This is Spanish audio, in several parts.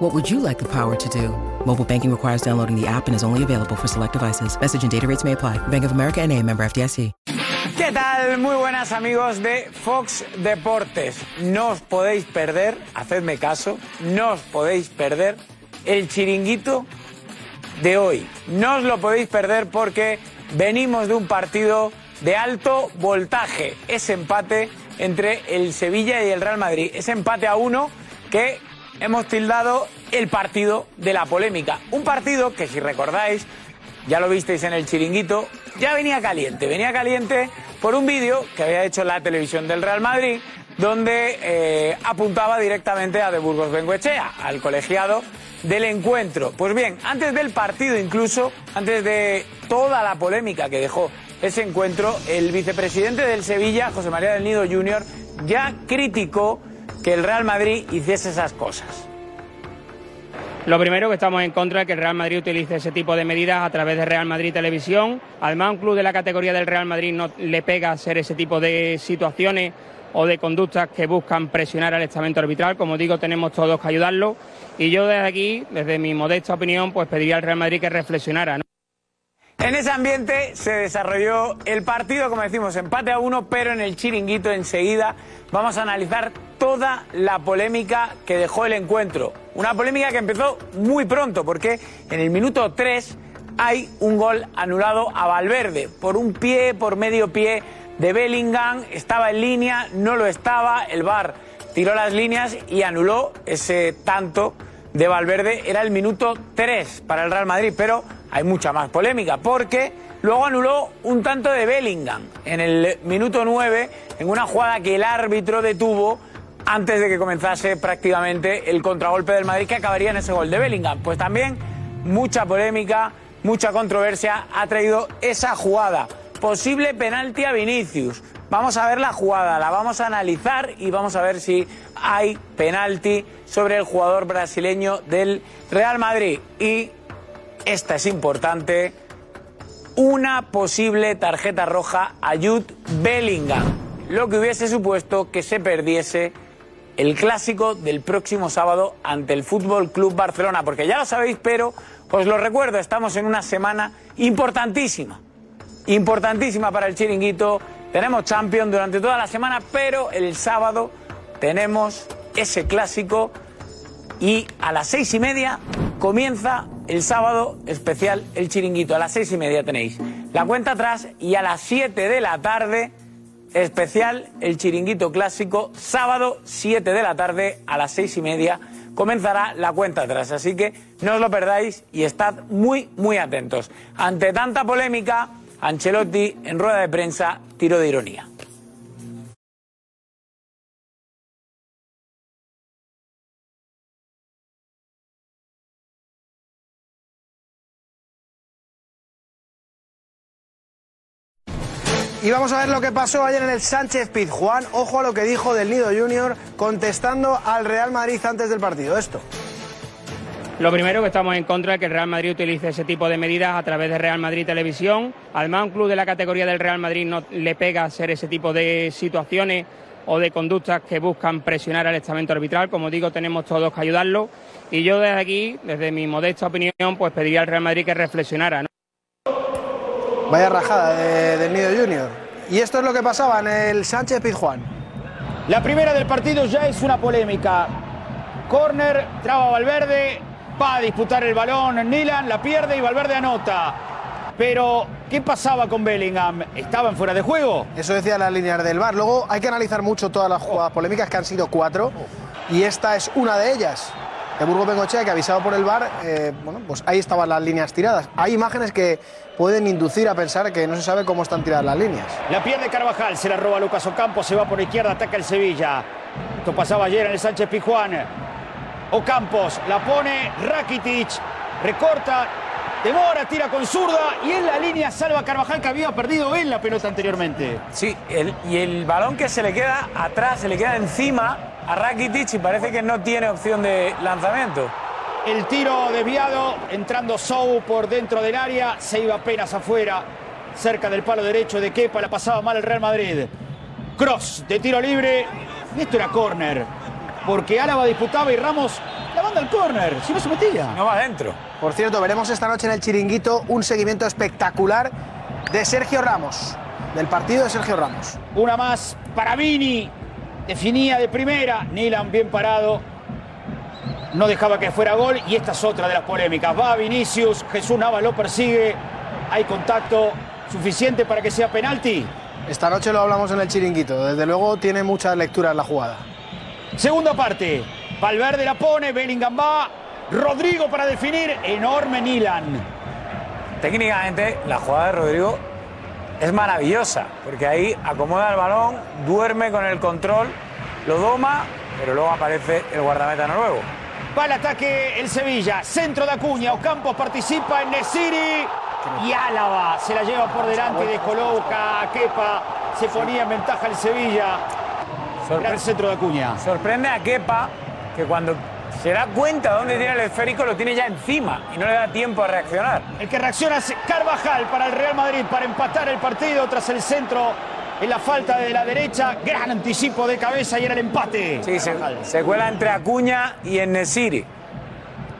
What would you like the power to do? Mobile banking requires downloading the app and is only available for select devices. Message and data rates may apply. Bank of America and a member FDIC. ¿Qué tal? Muy buenas amigos de Fox Deportes. No os podéis perder, hacedme caso, no os podéis perder el chiringuito de hoy. No os lo podéis perder porque venimos de un partido de alto voltaje. Ese empate entre el Sevilla y el Real Madrid. Ese empate a uno que hemos tildado el partido de la polémica. Un partido que, si recordáis, ya lo visteis en el chiringuito, ya venía caliente. Venía caliente por un vídeo que había hecho la televisión del Real Madrid, donde eh, apuntaba directamente a De Burgos Bengoechea, al colegiado del encuentro. Pues bien, antes del partido incluso, antes de toda la polémica que dejó ese encuentro, el vicepresidente del Sevilla, José María del Nido Jr., ya criticó que el Real Madrid hiciese esas cosas. Lo primero que estamos en contra de que el Real Madrid utilice ese tipo de medidas a través de Real Madrid Televisión. Además, un club de la categoría del Real Madrid no le pega hacer ese tipo de situaciones o de conductas que buscan presionar al estamento arbitral. Como digo, tenemos todos que ayudarlo. Y yo desde aquí, desde mi modesta opinión, pues pediría al Real Madrid que reflexionara. ¿no? En ese ambiente se desarrolló el partido, como decimos, empate a uno, pero en el chiringuito enseguida vamos a analizar toda la polémica que dejó el encuentro. Una polémica que empezó muy pronto, porque en el minuto 3 hay un gol anulado a Valverde, por un pie, por medio pie de Bellingham, estaba en línea, no lo estaba, el VAR tiró las líneas y anuló ese tanto de Valverde, era el minuto 3 para el Real Madrid, pero hay mucha más polémica, porque luego anuló un tanto de Bellingham en el minuto 9, en una jugada que el árbitro detuvo antes de que comenzase prácticamente el contragolpe del Madrid, que acabaría en ese gol de Bellingham. Pues también mucha polémica, mucha controversia ha traído esa jugada. Posible penalti a Vinicius. Vamos a ver la jugada, la vamos a analizar y vamos a ver si hay penalti sobre el jugador brasileño del Real Madrid. Y esta es importante, una posible tarjeta roja a Jude Bellingham, lo que hubiese supuesto que se perdiese el clásico del próximo sábado ante el Fútbol Club Barcelona, porque ya lo sabéis, pero os lo recuerdo, estamos en una semana importantísima, importantísima para el chiringuito. Tenemos Champions durante toda la semana, pero el sábado tenemos ese clásico y a las seis y media comienza el sábado especial El Chiringuito. A las seis y media tenéis la cuenta atrás y a las siete de la tarde especial El Chiringuito Clásico. Sábado siete de la tarde a las seis y media comenzará la cuenta atrás. Así que no os lo perdáis y estad muy, muy atentos. Ante tanta polémica, Ancelotti en rueda de prensa tiró de ironía. Y vamos a ver lo que pasó ayer en el Sánchez Pizjuán. Ojo a lo que dijo del Nido Junior contestando al Real Madrid antes del partido. Esto. Lo primero que estamos en contra de que el Real Madrid utilice ese tipo de medidas a través de Real Madrid Televisión. Además, un club de la categoría del Real Madrid no le pega hacer ese tipo de situaciones o de conductas que buscan presionar al estamento arbitral. Como digo, tenemos todos que ayudarlo. Y yo desde aquí, desde mi modesta opinión, pues pediría al Real Madrid que reflexionara. ¿no? Vaya rajada de- del Nido Junior. Y esto es lo que pasaba en el Sánchez Pizjuán. La primera del partido ya es una polémica. Corner, traba Valverde, va a disputar el balón, Nilan la pierde y Valverde anota. Pero, ¿qué pasaba con Bellingham? ¿Estaban fuera de juego? Eso decía las líneas del bar. Luego hay que analizar mucho todas las jugadas polémicas, que han sido cuatro, y esta es una de ellas. De Burgos Bengochea, que avisado por el bar, bueno, pues ahí estaban las líneas tiradas. Hay imágenes que pueden inducir a pensar que no se sabe cómo están tiradas las líneas. La pierde Carvajal, se la roba Lucas Ocampo, se va por la izquierda, ataca el Sevilla. Esto pasaba ayer en el Sánchez Pijuán. Ocampos la pone Rakitic, recorta, Demora, tira con zurda y en la línea salva Carvajal que había perdido él la pelota anteriormente. Sí, el- y el balón que se le queda atrás, se le queda encima a Rakitic y parece que no tiene opción de lanzamiento. El tiro desviado, entrando Sou por dentro del área, se iba apenas afuera, cerca del palo derecho de Kepa, la pasaba mal el Real Madrid. Cross de tiro libre, y esto era córner, porque Álava disputaba y Ramos la manda al córner, si no se metía. No va adentro. Por cierto, veremos esta noche en el chiringuito un seguimiento espectacular de Sergio Ramos, del partido de Sergio Ramos. Una más para Vini. Definía de primera. Nilan bien parado. No dejaba que fuera gol. Y esta es otra de las polémicas. Va Vinicius. Jesús Navas lo persigue. Hay contacto suficiente para que sea penalti. Esta noche lo hablamos en el chiringuito. Desde luego tiene muchas lecturas la jugada. Segunda parte. Valverde la pone. Bellingham va. Rodrigo para definir. Enorme Nilan. Técnicamente, la jugada de Rodrigo es maravillosa, porque ahí acomoda el balón, duerme con el control, lo doma, pero luego aparece el guardameta noruego. Va el ataque el Sevilla. Centro de Acuña. Ocampos participa en Nesiri. Y Álava se la lleva por delante. Descoloca a Kepa. Se ponía en ventaja el Sevilla. Gran Sorpre- centro de Acuña. sorprende a Kepa, que cuando se da cuenta dónde tiene el esférico, lo tiene ya encima y no le da tiempo a reaccionar. El que reacciona es Carvajal para el Real Madrid para empatar el partido tras el centro en la falta de la derecha. Gran anticipo de cabeza y era el empate. Sí, se, Carvajal. se cuela entre Acuña y Enesiri.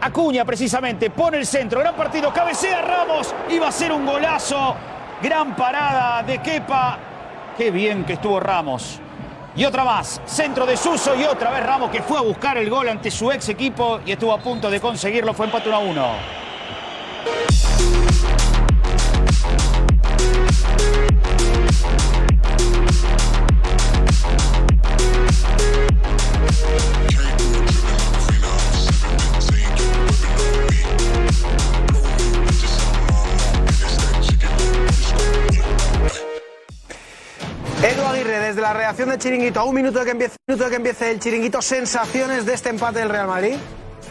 Acuña precisamente pone el centro. Gran partido. Cabecea Ramos. Iba a ser un golazo. Gran parada de Kepa. Qué bien que estuvo Ramos. Y otra más, centro de Suso y otra vez Ramos que fue a buscar el gol ante su ex equipo y estuvo a punto de conseguirlo, fue empate 1 a 1. Edu Aguirre, desde la redacción del chiringuito, a un minuto de que empiece, minuto de que empiece el chiringuito, sensaciones de este empate del Real Madrid.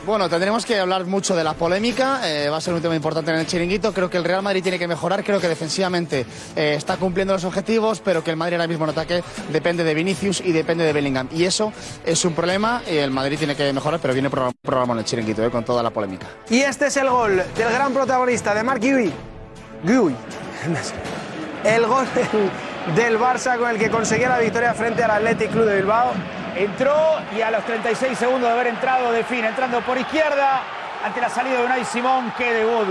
Bueno, tendremos que hablar mucho de la polémica, eh, va a ser un tema importante en el chiringuito, creo que el Real Madrid tiene que mejorar, creo que defensivamente eh, está cumpliendo los objetivos, pero que el Madrid ahora mismo en ataque depende de Vinicius y depende de Bellingham. Y eso es un problema, eh, el Madrid tiene que mejorar, pero viene programa, programa en el chiringuito, eh, con toda la polémica. Y este es el gol del gran protagonista de Mark Gui. Gui. El gol del, del Barça con el que conseguía la victoria frente al Athletic Club de Bilbao. Entró y a los 36 segundos de haber entrado define, entrando por izquierda ante la salida de Unai Simón, qué debut,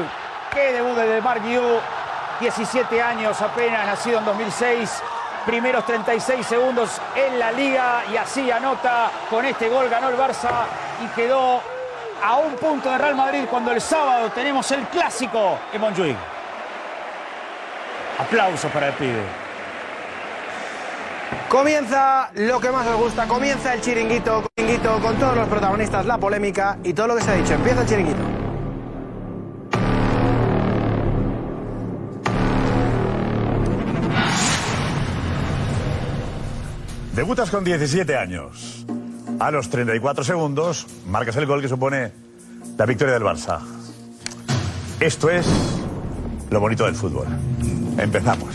qué debut de Mark Guiú, 17 años apenas, nacido en 2006, primeros 36 segundos en la liga y así anota, con este gol ganó el Barça y quedó a un punto de Real Madrid cuando el sábado tenemos el clásico en Montjuic. Aplausos para el pibe. Comienza lo que más os gusta, comienza el chiringuito, chiringuito con todos los protagonistas, la polémica y todo lo que se ha dicho. Empieza el chiringuito. Debutas con 17 años. A los 34 segundos marcas el gol que supone la victoria del Barça. Esto es lo bonito del fútbol. Empezamos.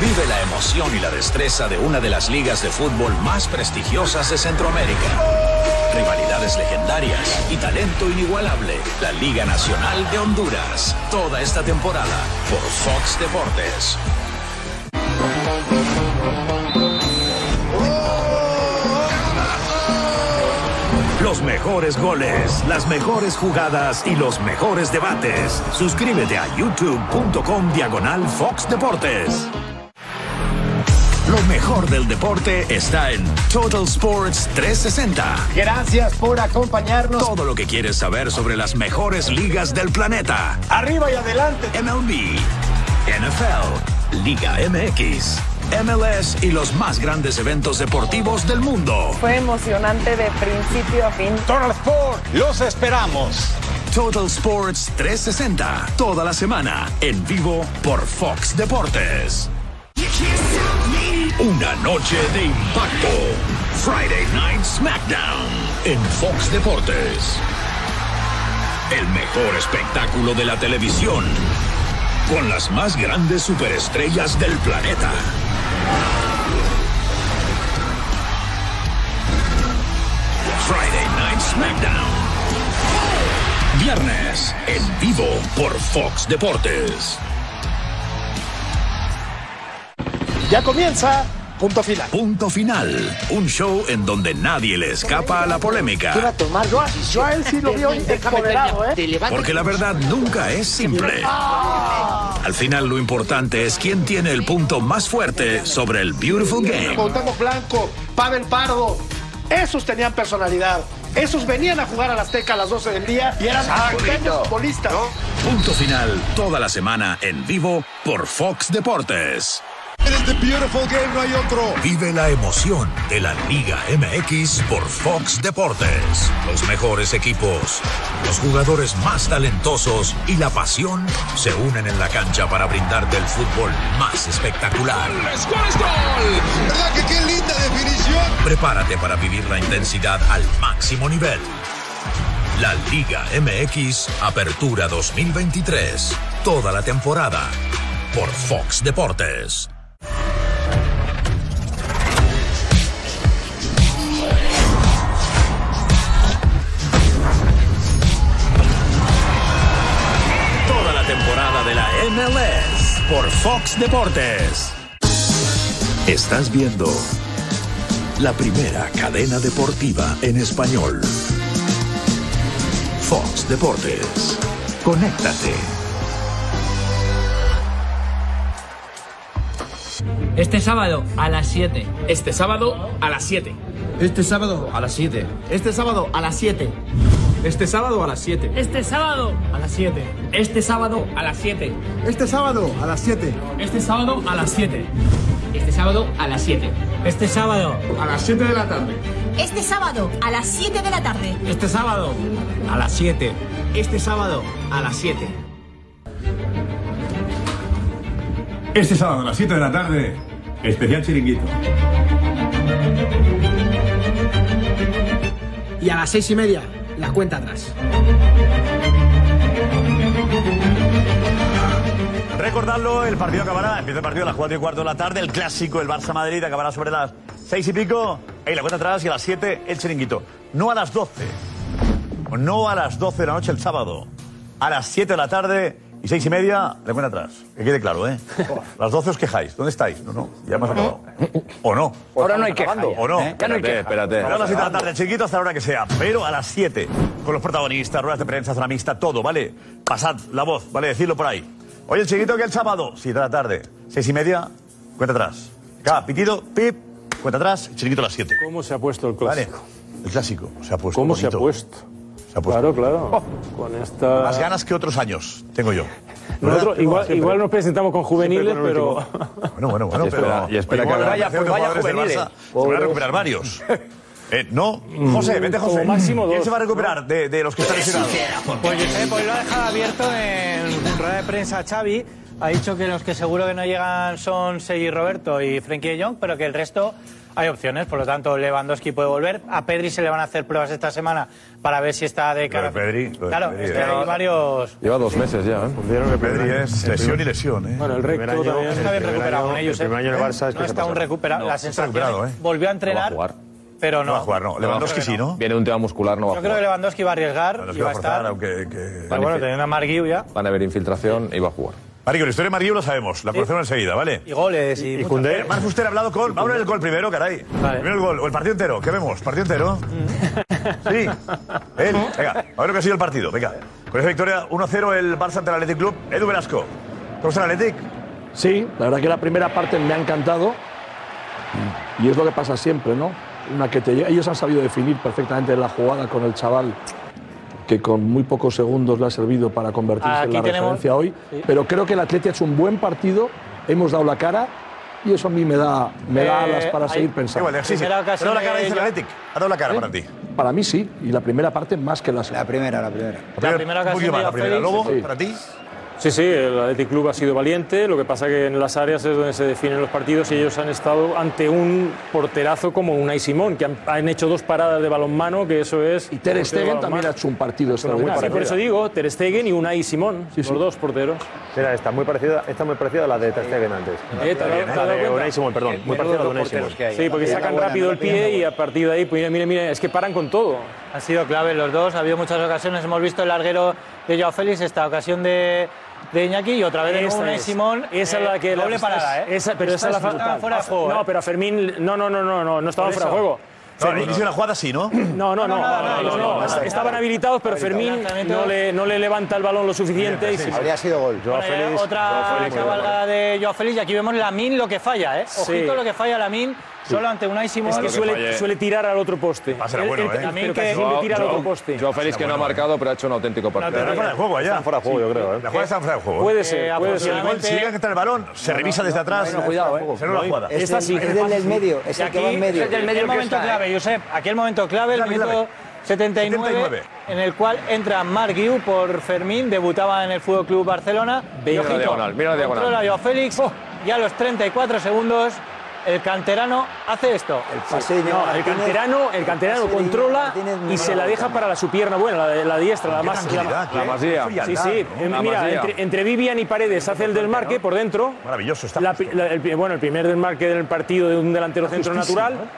Vive la emoción y la destreza de una de las ligas de fútbol más prestigiosas de Centroamérica. Rivalidades legendarias y talento inigualable. La Liga Nacional de Honduras. Toda esta temporada por Fox Deportes. Los mejores goles, las mejores jugadas y los mejores debates. Suscríbete a youtube.com diagonal Fox Deportes. mejor del deporte está en Total Sports 360. Gracias por acompañarnos. Todo lo que quieres saber sobre las mejores ligas del planeta. Arriba y adelante. MLB, NFL, Liga MX, MLS y los más grandes eventos deportivos del mundo. Fue emocionante de principio a fin. Total Sport, los esperamos. Total Sports 360, toda la semana, en vivo por Fox Deportes. Una noche de impacto. Friday Night SmackDown en Fox Deportes. El mejor espectáculo de la televisión. Con las más grandes superestrellas del planeta. Friday Night SmackDown. Viernes en vivo por Fox Deportes. Ya comienza Punto Final. Punto Final. Un show en donde nadie le escapa a Iba la a polémica. tomar. Yo, a- yo a él sí lo veo empoderado, ¿eh? Porque la verdad nunca es simple. Ah. Al final lo importante es quién tiene el punto más fuerte sobre el Beautiful Game. Cuauhtémoc Blanco, Pavel Pardo, esos tenían personalidad. Esos venían a jugar a la Azteca a las 12 del día y eran buenos futbolistas. Punto Final toda la semana en vivo por Fox Deportes. este Vive la emoción de la Liga MX por Fox Deportes. Los mejores equipos, los jugadores más talentosos y la pasión se unen en la cancha para brindarte el fútbol más espectacular. ¿Verdad que qué linda definición? Prepárate para vivir la intensidad al máximo nivel. La Liga MX Apertura 2023. Toda la temporada. Por Fox Deportes. Toda la temporada de la MLS. Por Fox Deportes. Estás viendo la primera cadena deportiva en español. Fox Deportes. Conéctate. Este sábado a las 7. Este sábado a las 7. Este sábado a las 7. Este sábado a las 7. Este sábado a las 7. Este sábado a las 7. Este sábado a las 7. Este sábado a las 7. Este sábado a las 7. Este sábado a las 7. Este sábado a las 7 de la tarde. Este sábado a las 7 de la tarde. Este sábado a las 7. Este sábado a las 7. Este sábado a las 7 de la tarde, especial chiringuito. Y a las seis y media, la cuenta atrás. Recordadlo, el partido acabará, empieza el partido a las 4 y cuarto de la tarde, el clásico, el Barça-Madrid acabará sobre las 6 y pico, y la cuenta atrás y a las 7 el chiringuito. No a las 12, o Pues no a las 12 de la noche el sábado, a las 7 de la tarde y 6 y media la cuenta atrás. Que quede claro, ¿eh? las 12 os quejáis, ¿dónde estáis? No, no, ya hemos acabado. ¿O no? ¿Eh? Ahora no hay queja ya, ¿O no? ¿eh? Ya no hay queja. Espérate, espérate. Vamos a las 7 de la tarde, el chiringuito hasta la hora que sea, pero a las 7, con los protagonistas, ruedas de prensa, zona mixta, todo, ¿vale? Pasad la voz, ¿vale? Decidlo por ahí. Oye, el chiquito que el sábado, 7 de la tarde, 6 y media, cuenta atrás. Acá, pitido, pip, cuenta atrás, chiquito a las 7. ¿Cómo se ha puesto el clásico? El clásico, se ha puesto. ¿Cómo se ha bonito. puesto? Se ha puesto. Oh. Claro, claro. Con esta. Más ganas que otros años, tengo yo. Nosotros igual, Siempre. igual nos presentamos con juveniles, Siempre con el pero. Bueno, bueno, bueno, Y espera- pero. y espera que Igual haga- vaya, pues vaya juveniles. juveniles. Se van a recuperar varios. Eh, no, José, vete Mm, Como José. máximo dos, eh, ¿Quién se va a recuperar de, de los que están lesionados? Pues Josep hoy lo ha dejado abierto en rueda de prensa Xavi. Ha dicho que los que seguro que no llegan son Sergi Roberto y Frenkie de Jong, pero que el resto hay opciones. Por lo tanto, Lewandowski puede volver. A Pedri se le van a hacer pruebas esta semana para ver si está de cara. Pedri, lo de claro, Pedri, es que eh. hay varios. Lleva dos meses ya, ¿eh? que Pedri es lesión y lesión, ¿eh? Bueno, el recto Primer año- también. está bien recuperado con ellos. el primer año el Barça es no que se está un pasa. recuperado. No, la está sensación recuperado, ¿eh? Volvió a entrenar, pero no. No va a jugar, no. Lewandowski sí, ¿no? Viene un tema muscular, no va a Yo creo jugar. que Lewandowski va a arriesgar y Lewandowski va va a a forzar, estar. aunque. Que... Pero bueno, teniendo a Marguiu ya. Van a haber infiltración y va a jugar. Marico, la historia de Mariu la sabemos, la conocemos enseguida, ¿vale? Y goles y. muchas Eh, Marc Fuster ha hablado con. Vamos a ver el gol primero, caray. Primero el gol, o el partido entero. ¿Qué vemos? ¿Partido entero? Sí. Él. Venga, a ver lo que ha sido el partido. Venga. Con esa victoria 1-0 el Barça ante el Athletic Club. Edu Velasco. ¿Te gusta el Athletic? Sí, la verdad que la primera parte me ha encantado. Y es lo que pasa siempre, ¿no? Una que te llega- Ellos han sabido definir perfectamente la jugada con el chaval que con muy pocos segundos le ha servido para convertirse Aquí en la tenemos- referencia hoy. Sí. Pero creo que el Atleti ha hecho un buen partido, hemos dado la cara y eso a mí me da, me da Eh, alas para hay- seguir pensando. Igual, sí, sí. Primera ocasión Ha dado la cara, de- dice el Athletic. Ha dado la ¿Eh? cara para ti. Para mí sí, y la primera parte más que la segunda. La primera, la primera. La primera ocasión poquito de más, la primera. Félix. Lobo, para ti. Sí, sí, el Athletic Club ha sido valiente, lo que pasa que en las áreas es donde se definen los partidos y ellos han estado ante un porterazo como Unai Simón, que han, han hecho dos paradas de balonmano, que eso es... Y Ter Stegen también ha hecho un partido extraordinario. Sí, por eso digo, Ter Stegen y Unai Simón, sí. los dos porteros. Mira, está muy parecida, está muy parecida a la de Ter Stegen antes. Eh, ¿te has dado- te has La dado de cuenta? Unai Simón, perdón. Muy parecida a la de Unai Simón. Sí, porque sacan rápido el pie y a partir de ahí, pues mira, mira, mira, es que paran con todo. Han sido claves los dos, ha habido muchas ocasiones. Hemos visto el larguero de Joao Félix, esta ocasión de, de Iñaki y otra vez de Esta nuevo Unai es. Simón. Esa es eh, la que la- Doble parada, ¿eh? Esa, pero esa, Esta la es brutal. fuera de juego. No, ¿eh? pero Fermín, no, no, no, no, no, no estaba Por fuera de eso. juego. No, al inicio de la jugada sí, ¿no? No, no, no, no, no, no, no, no, estaban habilitados, pero Fermín no le, no le levanta el balón lo suficiente. pues eh, Y Habría sido gol. Joao Bueno, ya otra cabalgada de Joao Félix y aquí vemos la min lo que falla, ¿eh? Sí. Ojito lo que falla la min solo ante Unai Simón. Es que suele, suele tirar al otro poste. ser Él- bueno, él- ¿eh? él También casi que- siempre Joao- tira al otro Joao- poste. Joao Félix que no ha marcado, pero ha hecho un auténtico partido. Están ¿eh? fuera de juego ya. Están fuera de juego, yo creo. ¿eh? La jugada está fuera de juego. Puede ser, Eh, puede si el ser. gol- Si llega a entrar el balón, se revisa desde atrás. eh. Se anula la jugada. Y aquí Es el, momento eh. clave, Josep. Aquí el momento clave, el Clave, clave. minuto 79, 79. en el cual entra Marc Guiu por Fermín, debutaba en el Fútbol Club Barcelona. Mira Y la ojito, diagonal, mira la diagonal. Oh. controla Joao Félix y a los 34 segundos el canterano hace esto. El Sí, no, el canterano, el canterano controla y se la deja para la su pierna buena, la, de- la diestra, la más tranquilidad, ¿eh? Qué frialdad, Sí, sí. ¿no? Eh, La Mira, Masía. entre, entre Vivian y Paredes hace el desmarque por dentro. Maravilloso, está. La pi- la- el, pri- bueno, el primer desmarque del partido de un delantero centro justísimo, ¿eh? natural.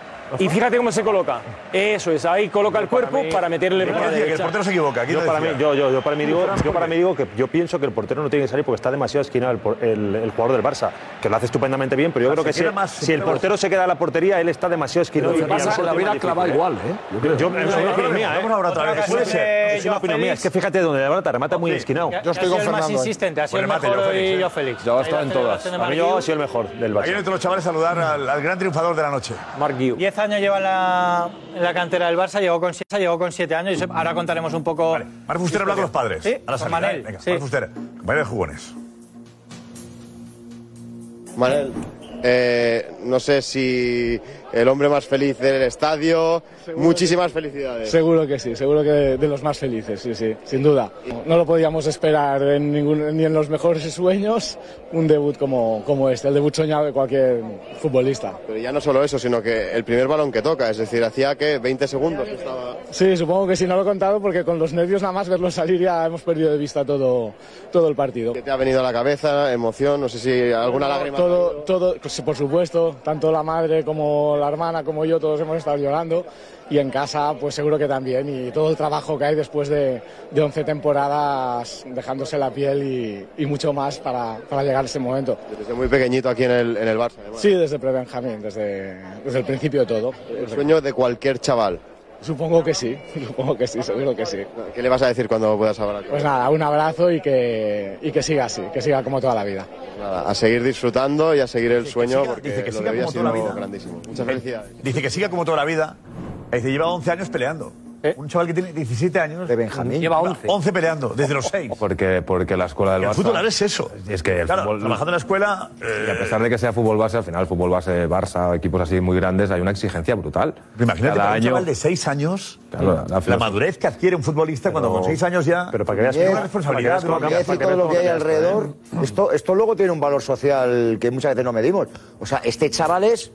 Y fíjate cómo se coloca. Eso es, ahí coloca el cuerpo para meterle ¿Quién mano decía que el derecha. portero se equivoca? ¿Quién Yo lo para, mí, decía? yo, yo, yo para mí digo, yo para mí digo que yo pienso que el portero no tiene que salir porque está demasiado esquinado el, por- el- el jugador del Barça, que lo hace estupendamente bien, pero yo Ah, creo se que si, queda más- se si el queda más- portero se queda a la portería, él está demasiado esquinado. Pero el Y a Barça mí se la es hubiera muy clavado difícil, igual, ¿eh? Yo Yo, creo. yo- es No, una no, opinión no, mía, ¿eh? vamos ahora otra vez. Puede Sí, ser, es Joao una opinión mía. Félix. Es que fíjate donde la Barça remata muy esquinado. Eh, Yo estoy Ha sido con el más Fernando, ¿eh? insistente, ha sido el mejor hoy Joao Félix. eh. Ya Joao ha estado en todas. A mí yo ha sido el mejor del Ahí vienen Barça. todos los chavales a Mm. saludar al, al gran triunfador de la noche. Mark 10 años lleva en la, en la cantera del Barça, llegó con 6, llegó con 7 años. Josep, ahora contaremos un poco. Vale. Marc Fuster habla con los padres. Sí, a la con salida, ¿eh? Manel. Venga, sí. Marc Fuster. Compañero de jugones. Manel, eh, no sé si el hombre más feliz del estadio. Muchísimas felicidades. Seguro que sí, seguro que de, de los más felices, sí, sí, sin duda. No lo podíamos esperar en ningún, ni en los mejores sueños un debut como, como este, el debut soñado de cualquier futbolista. Pero ya no solo eso, sino que el primer balón que toca, es decir, hacía que 20 segundos que estaba. Sí, supongo que sí, no lo he contado porque con los nervios nada más verlo salir ya hemos perdido de vista todo, todo el partido. ¿Qué te ha venido a la cabeza? ¿Emoción? No sé si alguna lágrima. Todo, todo, pues, por supuesto, tanto la madre como la hermana como yo, todos hemos estado llorando y en casa pues seguro que también y todo el trabajo que hay después de, de 11 temporadas dejándose la piel y, y mucho más para, para llegar a ese momento. Desde muy pequeñito aquí en el, en el Barça. además. Sí, desde pre-Benjamín, desde, desde el principio de todo. El sueño de cualquier chaval. Supongo que sí, supongo que sí, seguro que sí. ¿Qué le vas a decir cuando puedas hablar? Pues nada, un abrazo y que, y que siga así, que siga como toda la vida. Nada, a seguir disfrutando y a seguir el sueño siga- porque dice que lo siga de hoy ha como toda la sido vida. grandísimo. Muchas felicidades. Dice que siga como toda la vida. Dice, lleva 11 años peleando. ¿Eh? Un chaval que tiene 17 años. De Benjamín. Lleva 11. peleando, desde los 6. Porque, porque la escuela del El Barça... fútbol ahora es eso. Es que el Claro, fútbol... trabajando en la escuela. eh, Y a pesar de que sea fútbol base, al final el fútbol base, Barça, equipos así muy grandes, hay una exigencia brutal. Imagínate, Cada para un año... chaval de 6 años, Claro, la- la la, filosofía. madurez que adquiere un futbolista cuando con 6 años ya. Pero para Bien, una responsabilidad. para que veas una- y todo lo que hay está, alrededor. Esto, esto luego tiene un valor social que muchas veces no medimos. O sea, este chaval es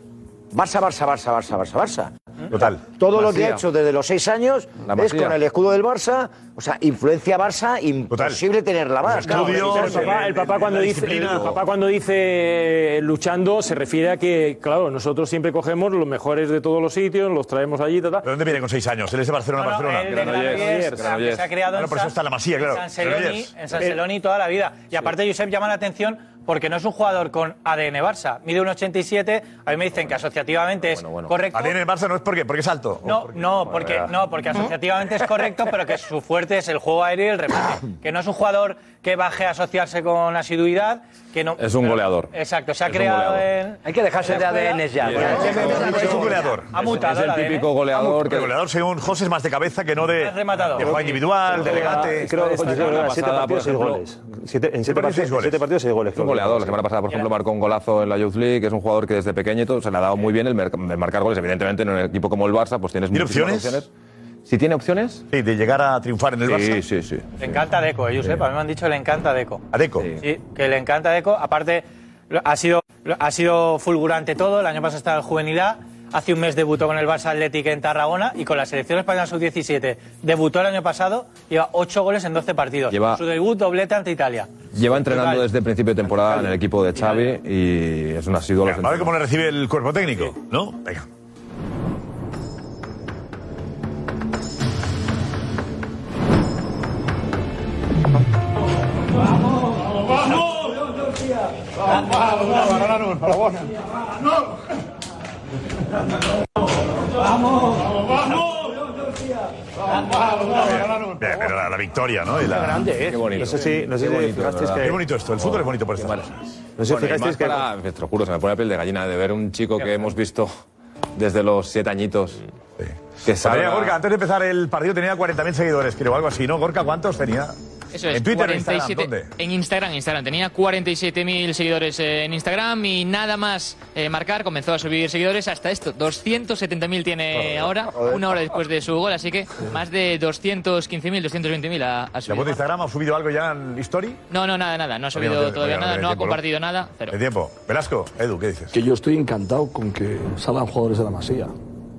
Barça, Barça, Barça, Barça, Barça, Barça. Total. Todo lo que Masía. ha hecho desde los seis años La es Masía. con el escudo del Barça. O sea, influencia Barça, imposible tenerla más. Claro, Claro, el papá, el papá cuando dice, el papá cuando dice eh, luchando se refiere a que, claro, nosotros siempre cogemos los mejores de todos los sitios, los traemos allí, ta, ta. ¿De dónde viene con 6 años? Él es de Barcelona, Barcelona. El de Granollers, que se ha creado Bueno, en pues San- por eso está en la Masía, en claro. San Celoni- Granollers. en San Celoni toda la vida. Y aparte, Josep llama la atención porque no es un jugador con ADN Barça. Mide un 87, a mí me dicen que asociativamente es correcto. ADN en Barça no es porque, porque es alto. No, no, porque, no, porque asociativamente es correcto, pero que su fuerte es el juego aéreo y el remate. Que no es un jugador que baje a asociarse con asiduidad. Que no, Es un pero- goleador. Exacto, se ha Es un creado goleador. en. Hay que dejarse en de la escuela. ADNs ya, ya. Es un goleador. Ha mutado Es el el ADN. típico goleador que... que- goleador, según José, es más de cabeza que no de, Más rematador. de juego individual, de regate. Creo que esta semana siete pasada, partidos, por seis ejemplo, goles. Siete- en siete partidos, partidos, seis goles. siete partidos, seis goles. Es creo un que goleador. La fue. semana pasada, por ejemplo, marcó un golazo en la Youth League. Es un jugador que desde pequeñito se le ha dado muy bien el, mer- el marcar goles. Evidentemente, en un equipo como el Barça, pues tienes ¿Tiene muchísimas opciones? ¿Si tiene opciones? Sí, de llegar a triunfar en el Barça. Sí, sí, sí. Le encanta Deco, eh, Josep, a mí me han dicho que le encanta Deco. ¿A Deco? Sí, que le encanta Deco. Aparte, lo- ha sido, lo- ha sido fulgurante todo. El año pasado estaba en Juvenil A. Hace un mes debutó con el Barça Athletic en Tarragona y con la selección española sub-17. Debutó el año pasado, lleva 8 goles en 12 partidos. Lleva- Su debut doblete ante Italia. Lleva entrenando desde principio de temporada en el equipo de Xavi y es un asiduo. A ver cómo le recibe el cuerpo técnico, ¿no? Venga. Bien, pero la, la victoria, ¿no? Y la... Qué grande es. Qué bonito. No sé si, no sé Qué si bonito, fijasteis ¿verdad? que... Qué bonito esto, el fútbol es bonito por estas cosas. sé, No sé, bueno, y más fijasteis que- para, te lo juro, se me pone la piel de gallina de ver un chico que hemos visto desde los siete añitos. Que Tenía, salga- Pues Gorka, antes de empezar el partido tenía 40.000 seguidores, creo, algo así, ¿no? Gorka, ¿cuántos tenía? Eso es, En Twitter, en 47 Instagram, ¿dónde? en Instagram, Instagram. Tenía 47.000 seguidores eh, en Instagram y nada más eh, marcar comenzó a subir seguidores hasta esto. 270.000 tiene ahora, una hora después de su gol, así que más de 215.000, 220.000 ha, ha ¿La subido. voz de Instagram ha subido algo ya en la story? No, no, nada, nada. No ha Todavía subido no tiene- todavía todavía no nada, tiene no ha tiempo, ¿no? compartido nada. Cero. El tiempo. Velasco, Edu, ¿qué dices? Que yo estoy encantado con que salgan jugadores de la Masía.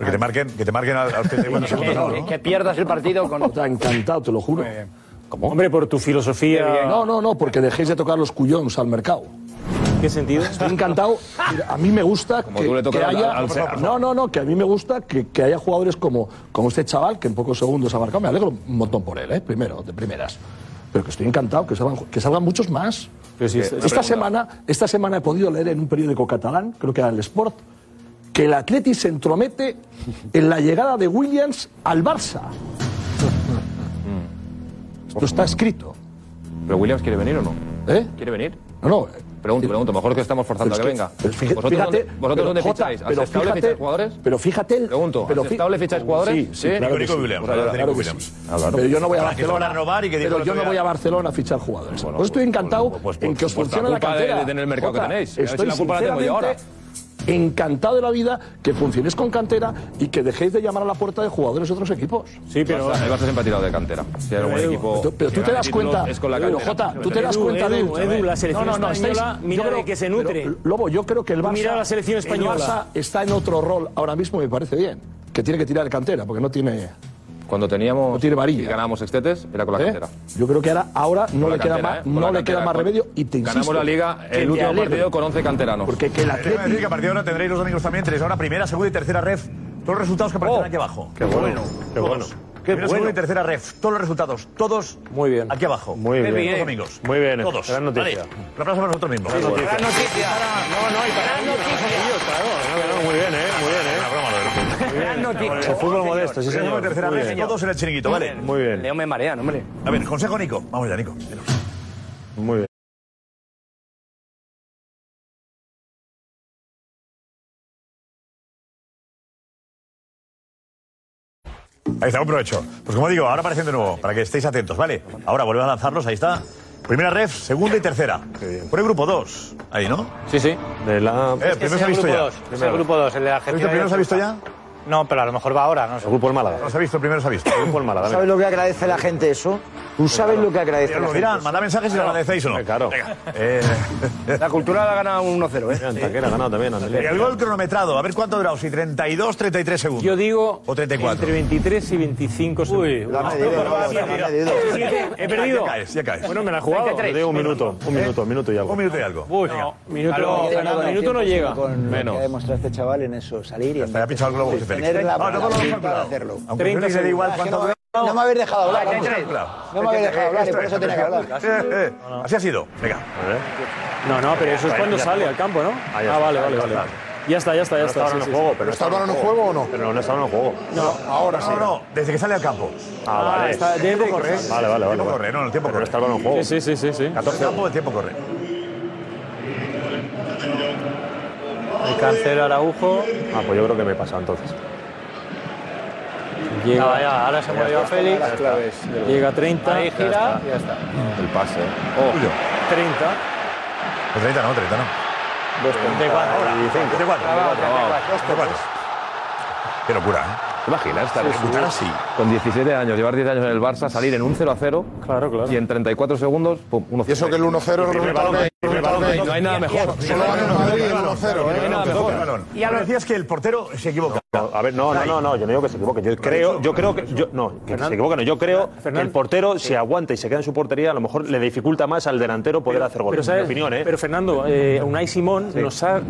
Que te marquen, que te marquen a, a los 34 segundos. ¿no? Que pierdas el partido con. Está encantado, te lo juro. Hombre, por tu filosofía. No, no, no, porque dejéis de tocar los cuyons al mercado. ¿Qué sentido? Estoy encantado. Mira, A mí me gusta que, tú le tocas que al- haya. al- al- no, no, no, que a mí me gusta que, que haya jugadores como, como este chaval que en pocos segundos ha marcado. Me alegro un montón por él, ¿eh? primero, de primeras. Pero que estoy encantado, que salgan, que salgan muchos más. Pero sí, Eh, esta- esta, pregunta. semana, esta semana he podido leer en un periódico catalán, creo que era el Sport, que el Atleti se entromete en la llegada de Williams al Barça. Esto está escrito. ¿Pero Williams quiere venir o no? ¿Eh? ¿Quiere venir? No, no. Pregunto, pregunto. Mejor que estamos forzando a que Pero es venga. pero fíjate- ¿Vosotros fíjate, dónde, vosotros pero, dónde Jota, ficháis? ¿Al pero Sestable fíjate- ficháis jugadores? Pero fíjate el. Pregunto, pero ¿al fi- Sestable ficháis jugadores? Sí, sí, claro que Nico sí. Williams, Claro, hablar de Nico claro que sí. Williams. Pero yo no voy a Para que se Barcelona. van a robar y que dijo el pero otro yo no día- voy a Barcelona a fichar jugadores. pues estoy encantado en que os pues, funcione la la culpa de- cantera. de tener el mercado que Jota, tenéis. A ver si Estoy la culpa la tengo yo ahora. sinceramente encantado de la vida que funcionéis con cantera y que dejéis de llamar a la puerta de jugadores de otros equipos. Sí, pero. El Barça siempre ha tirado de cantera. Si hay algún Edu, equipo. pero- pero tú te que gana das títulos cuenta- Es con la Edu, cantera. Jota, tú te das Edu, cuenta de Edu, esto, Edu, ¿eh? la selección No, no, no, estáis- española, mira yo de creo- que se nutre. pero, Lobo, yo creo que el Tú Barça. mira la selección española. El Barça está en otro rol ahora mismo, me parece bien. Que tiene que tirar de cantera, porque no tiene. Cuando teníamos. No tiene varilla. ganábamos sextetes, era con la ¿eh? cantera. Yo creo que ahora, ahora no la le queda cantera, ¿eh? más, Con no la le cantera. queda más remedio y te Ganamos insisto, la liga eh, que el te último alegre. partido con 11 canteranos. Porque que el Te iba a decir que a partir de ahora tendréis los domingos también, tenéis ahora primera, segunda y tercera ref, todos los resultados que aparecen aquí abajo. Oh. Qué bueno. Qué bueno. Qué primera, segunda y bueno. tercera ref, todos los resultados, todos Muy bien. aquí abajo. Muy Derbi, bien. ¿eh? Domingos. Muy bien. Todos. Gran noticia. Vale. Un aplauso para nosotros mismos. Gran noticia. Gran noticia. Muy bien, ¿eh? Muy bien, ¿eh? Gran noticia. El fútbol modesto, sí, Segunda y señor. tercera Muy ref, bien. todos en el chiringuito, ¿vale? Muy bien. Leo me marea, hombre. A ver, consejo Nico. Vamos ya, Nico. Muy bien. Ahí está, buen provecho. Pues como digo, ahora aparecen de nuevo, para que estéis atentos, ¿vale? Ahora volvemos a lanzarlos, ahí está. Primera ref, segunda y tercera. Por el grupo 2, ahí, ¿no? Sí, sí. De la... Eh, primero se ha visto ya. Es el grupo 2, el de ¿El Argentina. primero se ha visto ya? No, pero a lo mejor va ahora, no sé. El grupo del Málaga. No se ha visto, el primero se ha visto. El grupo del Málaga. ¿Sabes lo que agradece la gente eso? ¿Tú sabes lo que agradece la Lo gente? dirán, eso? mandad mensajes si lo agradecéis o Eh, no. Claro. La cultura la ha ganado 1-0, ¿eh? Antaquera ha ganado también. Antaquera. El gol cronometrado, a ver cuánto ha durado, si 32, 33 segundos. Yo digo o 34. Entre 23 y 25 segundos. Uy, la ha medido, la ha medido. He perdido. Ya caes, ya caes. ¿Eh? Bueno, me la he jugado. Te digo un minuto, un minuto, un minuto y algo. Un minuto y algo. Uy, no. Minuto, Algo- minuto algo de no llega. Con Menos. lo que ha demostrado este chaval en eso, salir y... Hasta ha pinchado el globo José Félix. Tener la No, no, no, no, no, no, para hacerlo. Aunque Félix le da igual cuánto dura, No me habéis dejado hablar. Vamos, hombre. calculado. No me habéis dejado hablar y por eso tenía que Eh, hablar. eh, Así ha sido. Venga. No, no, pero eso es Ahí, cuando ya sale está. al campo, ¿no? Ah, ya Ah, está, vale, ya vale, está. vale. Ya está, ya está, ya Pero está. está ahora sí, en el sí, juego, sí. pero está ahora en el juego o no? Pero no está en el juego. No, ahora sí. No, no, desde que sale al campo. Ah, vale. está- El tiempo desde que corre. sale. Vale, vale, vale. El tiempo vale. corre, no, el tiempo corre. Pero está el balón juego. Sí, sí, sí, sí. 14 campo, el tiempo corre. El cancelo Araujo. Ah, pues yo creo que me pasa entonces. Ah, ya, ahora se movió Félix. Llega a 30. Ahí gira. Ya está. El pase. 30. 30 no, 30 no. 34. Ahora, 35. 34. Bravo, 34. Qué locura, ¿eh? ¿Te imaginas? estar- Debutar así. Con 17 años, llevar 10 años en el Barça, salir en un 0-0 claro, claro. y en 34 segundos, pum, 1-0. Y eso que el 1-0 es el resultado que- resultado que- No hay nada mejor. Solo gana el Madrid el 1-0, ¿eh? Y ahora decías que el portero se equivoca. A ver, no, no, no, no, yo no digo que se equivoque. Yo creo, yo creo que. Yo, no, que se equivoque, no. Yo creo que el portero, si aguanta y se queda en su portería, a lo mejor le dificulta más al delantero poder hacer goles. Pero, ¿sabes? mi opinión, ¿eh? Pero, Fernando, eh, Unai Simón nos ha,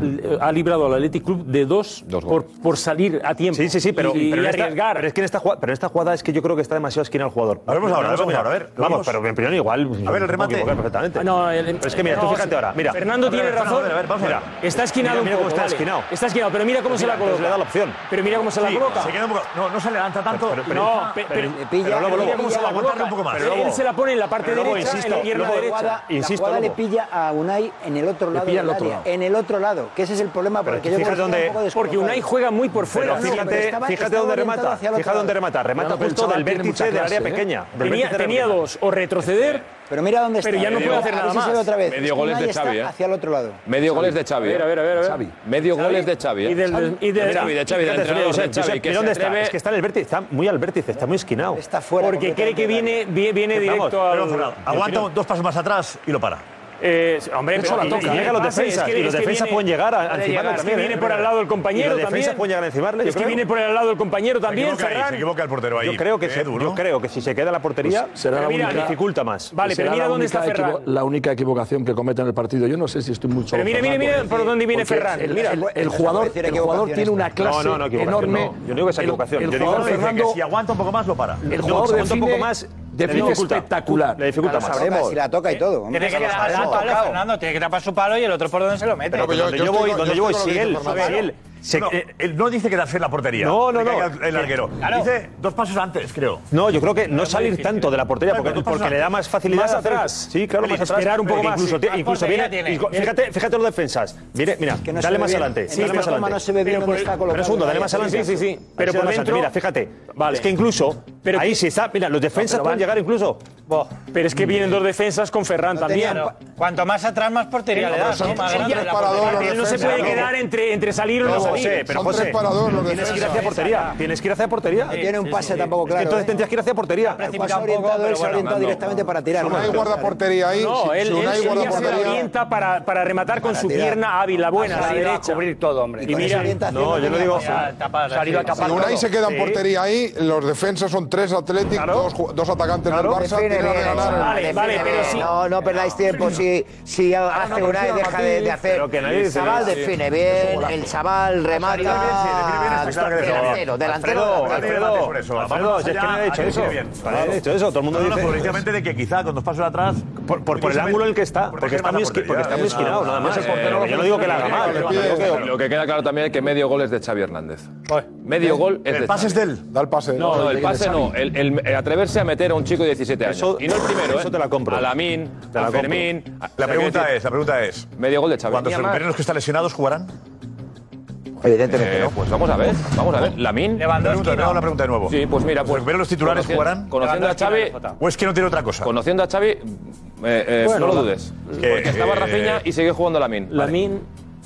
ha librado al Athletic Club de dos, por, por salir a tiempo. Sí, sí, sí, pero, y, y pero en esta- arriesgar. pero es que en esta jugada, pero en esta jugada es que yo creo que está demasiado esquina el jugador. Lo vemos Vamos ahora, lo a vemos mirar. ahora, a ver, lo Vamos, vemos. pero en opinión igual. A ver, el remate. perfectamente. Ah, no, el- Pero es que mira, tú no, fíjate ahora, mira. Fernando A ver, tiene a ver, razón. a ver, a ver, vamos a ver. Mira, Está esquinado Mira, un mira poco, cómo está vale. esquinado. Está esquinado, pero mira cómo se Mira, la coloca. entonces le da la opción. Pero mira cómo se la Sí, coloca. se queda un poco- No, no se levanta tanto. Pero- pero- no, pero- pe- pero pero luego, mira luego. cómo se la Pero coloca. luego, un poco más. Él- Pero luego- Él se la pone en la parte pero luego, derecha, en insisto, la pierna luego- derecha. jugada- Insisto, la jugada luego. le pilla a Unai en el otro Le lado pilla del al otro área, lado. en el otro lado, que ese es el problema porque yo creo que fíjate está un dónde- poco Porque descolocado. Unai juega muy por fuera. Pero fíjate, fíjate dónde remata. Fíjate dónde remata. Remata justo del vértice del área pequeña. del Tenía, vértice del ¿eh? tenía área dos, o retroceder. Pero mira dónde está. Pero ya eh, no puede hacer A ver nada si se ve más. otra vez. Medio goles Unai de está Xavi, ¿eh? Hacia el otro lado. Medio goles de Xavi. ¿eh? A ver, a ver, a ver, a ver. Xavi. Medio Xavi. goles de Xavi. ¿eh? Y del- y del- de Xavi, de Xavi, del Fíjate, entrenador Josep, de Xavi, Josep, que ¿y se dónde está? atreve- Es que está en el vértice, está muy al vértice, está muy esquinado. Está fuera. Porque cree que viene, vie- viene directo al- Aguanta dos pasos más atrás y lo para. Eh, hombre, De hecho, pero la toca, y- y ¿eh? llega a Ah, los Pase, defensas. es que- y los es que defensas viene- pueden llegar a, a puede encimarlo llegar, también. es que ¿eh? viene por al lado el compañero Y los también. defensas pueden llegar a encimarle. Es que viene por al lado el compañero Se también, equivoca ahí, Ferran. se equivoca el portero ahí. ¿Eh, Yo creo que, se- Edu, ¿no? yo creo que si se queda la portería, Pues será la mira, única- dificulta más. Vale, Será pero mira la dónde está única Ferran. equivo- La única equivocación que comete en el partido. Yo no sé si estoy muy solo. Pero mire, Ferran, mire, mire porque- por dónde viene porque Ferran. El, Mira. pues, el- el No se jugador, puede decir el jugador equivocaciones, tiene una no. clase No, no, no, equivocación, enorme. no. Yo no digo esa El- equivocación. El, Yo digo jugador que dice que Fernando, Si aguanta un poco más, lo para. el No, jugador aguanta un define- poco más, define le dificulta. espectacular. Le dificulta Ahora más. Eh, sabremos si la toca y todo. Tiene que tapar su palo, Fernando. Tiene que tapar su palo y el otro por donde se lo mete. pues Pero yo- Donde yo estoy voy, con- donde yo yo voy, estoy si con él, lo que dice si Fernando. él. Se- No. eh, él no dice quedarse en la portería. No, no, Le no. caiga El, el arquero. Claro. Dice dos pasos antes, creo. No, yo creo que no salir tanto de la portería porque, Bueno, tú porque pasas le da más facilidad. más a hacer- atrás. Sí, claro, más atrás. Esperar un poco más, Incluso, sí. tie- incluso Portería viene. tiene. incluso- fíjate, fíjate los defensas. Mire, mira, Que no se dale ve más bien. adelante. En dale esta más toma adelante. no se ve bien dónde está colocado. Pero un segundo, dale Vaya, más adelante. sí, sí, sí. Pero Pero por por dentro, dentro- mira, fíjate. Es que incluso ahí sí está, mira, los defensas pero pueden van- llegar incluso. Pero es que vienen dos defensas con Ferran también. Claro. Cuanto más atrás, más portería le das. ¿no? Más grande la portería. Él no se puede quedar entre, entre salir o no No, salir. José, pero José, tienes que ir hacia portería. Tienes que ir hacia portería. No tiene un pase tampoco Es que claro. Entonces ¿eh? tendrías que ir hacia portería. El pase orientado, él se orienta directamente para tirar. Unai guarda portería No, él, él se orienta para, para rematar con su tirar. pierna hábil, la buena, la derecha. cubrir todo, hombre. Y mira, No, yo no digo. Salido a Si tapar Unai todo. se queda en Sí. portería ahí, los defensas son tres Athletic, dos, ju- dos atacantes del Barça, Define tienen que bien, ganar. chaval, el- define bien. No, no perdáis tiempo si, si hace no, una y pero deja sí, de, de hacer. pero que nadie el dice chaval bien, sí. define bien, el chaval remata. Alfredo, Delantero, delantero. delantero. Alfredo, Por eso, Alfredo, vamos si es que allá, nadie ha dicho a decir eso. bien. Nadie ha dicho eso, todo el mundo No, no, dice- Precisamente de que quizá con dos pasos atrás. Por, por, por el ángulo en el que está, porque está muy, esqui- porque está muy esquinado, nada más. Eh, yo no digo que la haga mal. yo digo que- Lo que queda claro también es que medio gol es de Xavi Hernández. Medio gol es de Xavi. del. Da el pase. No, no, el pase Xavi. no. El, el- el atreverse a meter a un chico de 17 años. Eso- y no el primero, eso te la compro. A Lamin, Te la a compro. Fermín. a- La o sea, quiero pregunta decir, es, la pregunta es. Medio gol de Xavi. ¿Cuántos Ni a más. europeos que están lesionados jugarán? Evidentemente Eh, no. pues vamos a ver, vamos a ver. Lamin. Lewandowski, Pregunta, no. no, la pregunta de nuevo. Sí, pues mira, pues. ¿Pero los titulares jugarán? Conociendo a Xavi. ¿O es que no tiene otra cosa? Conociendo a Xavi, eh, eh, Bueno, no va. lo dudes. Es que, Porque estaba eh, Rafinha y sigue jugando Lamin. Lamin.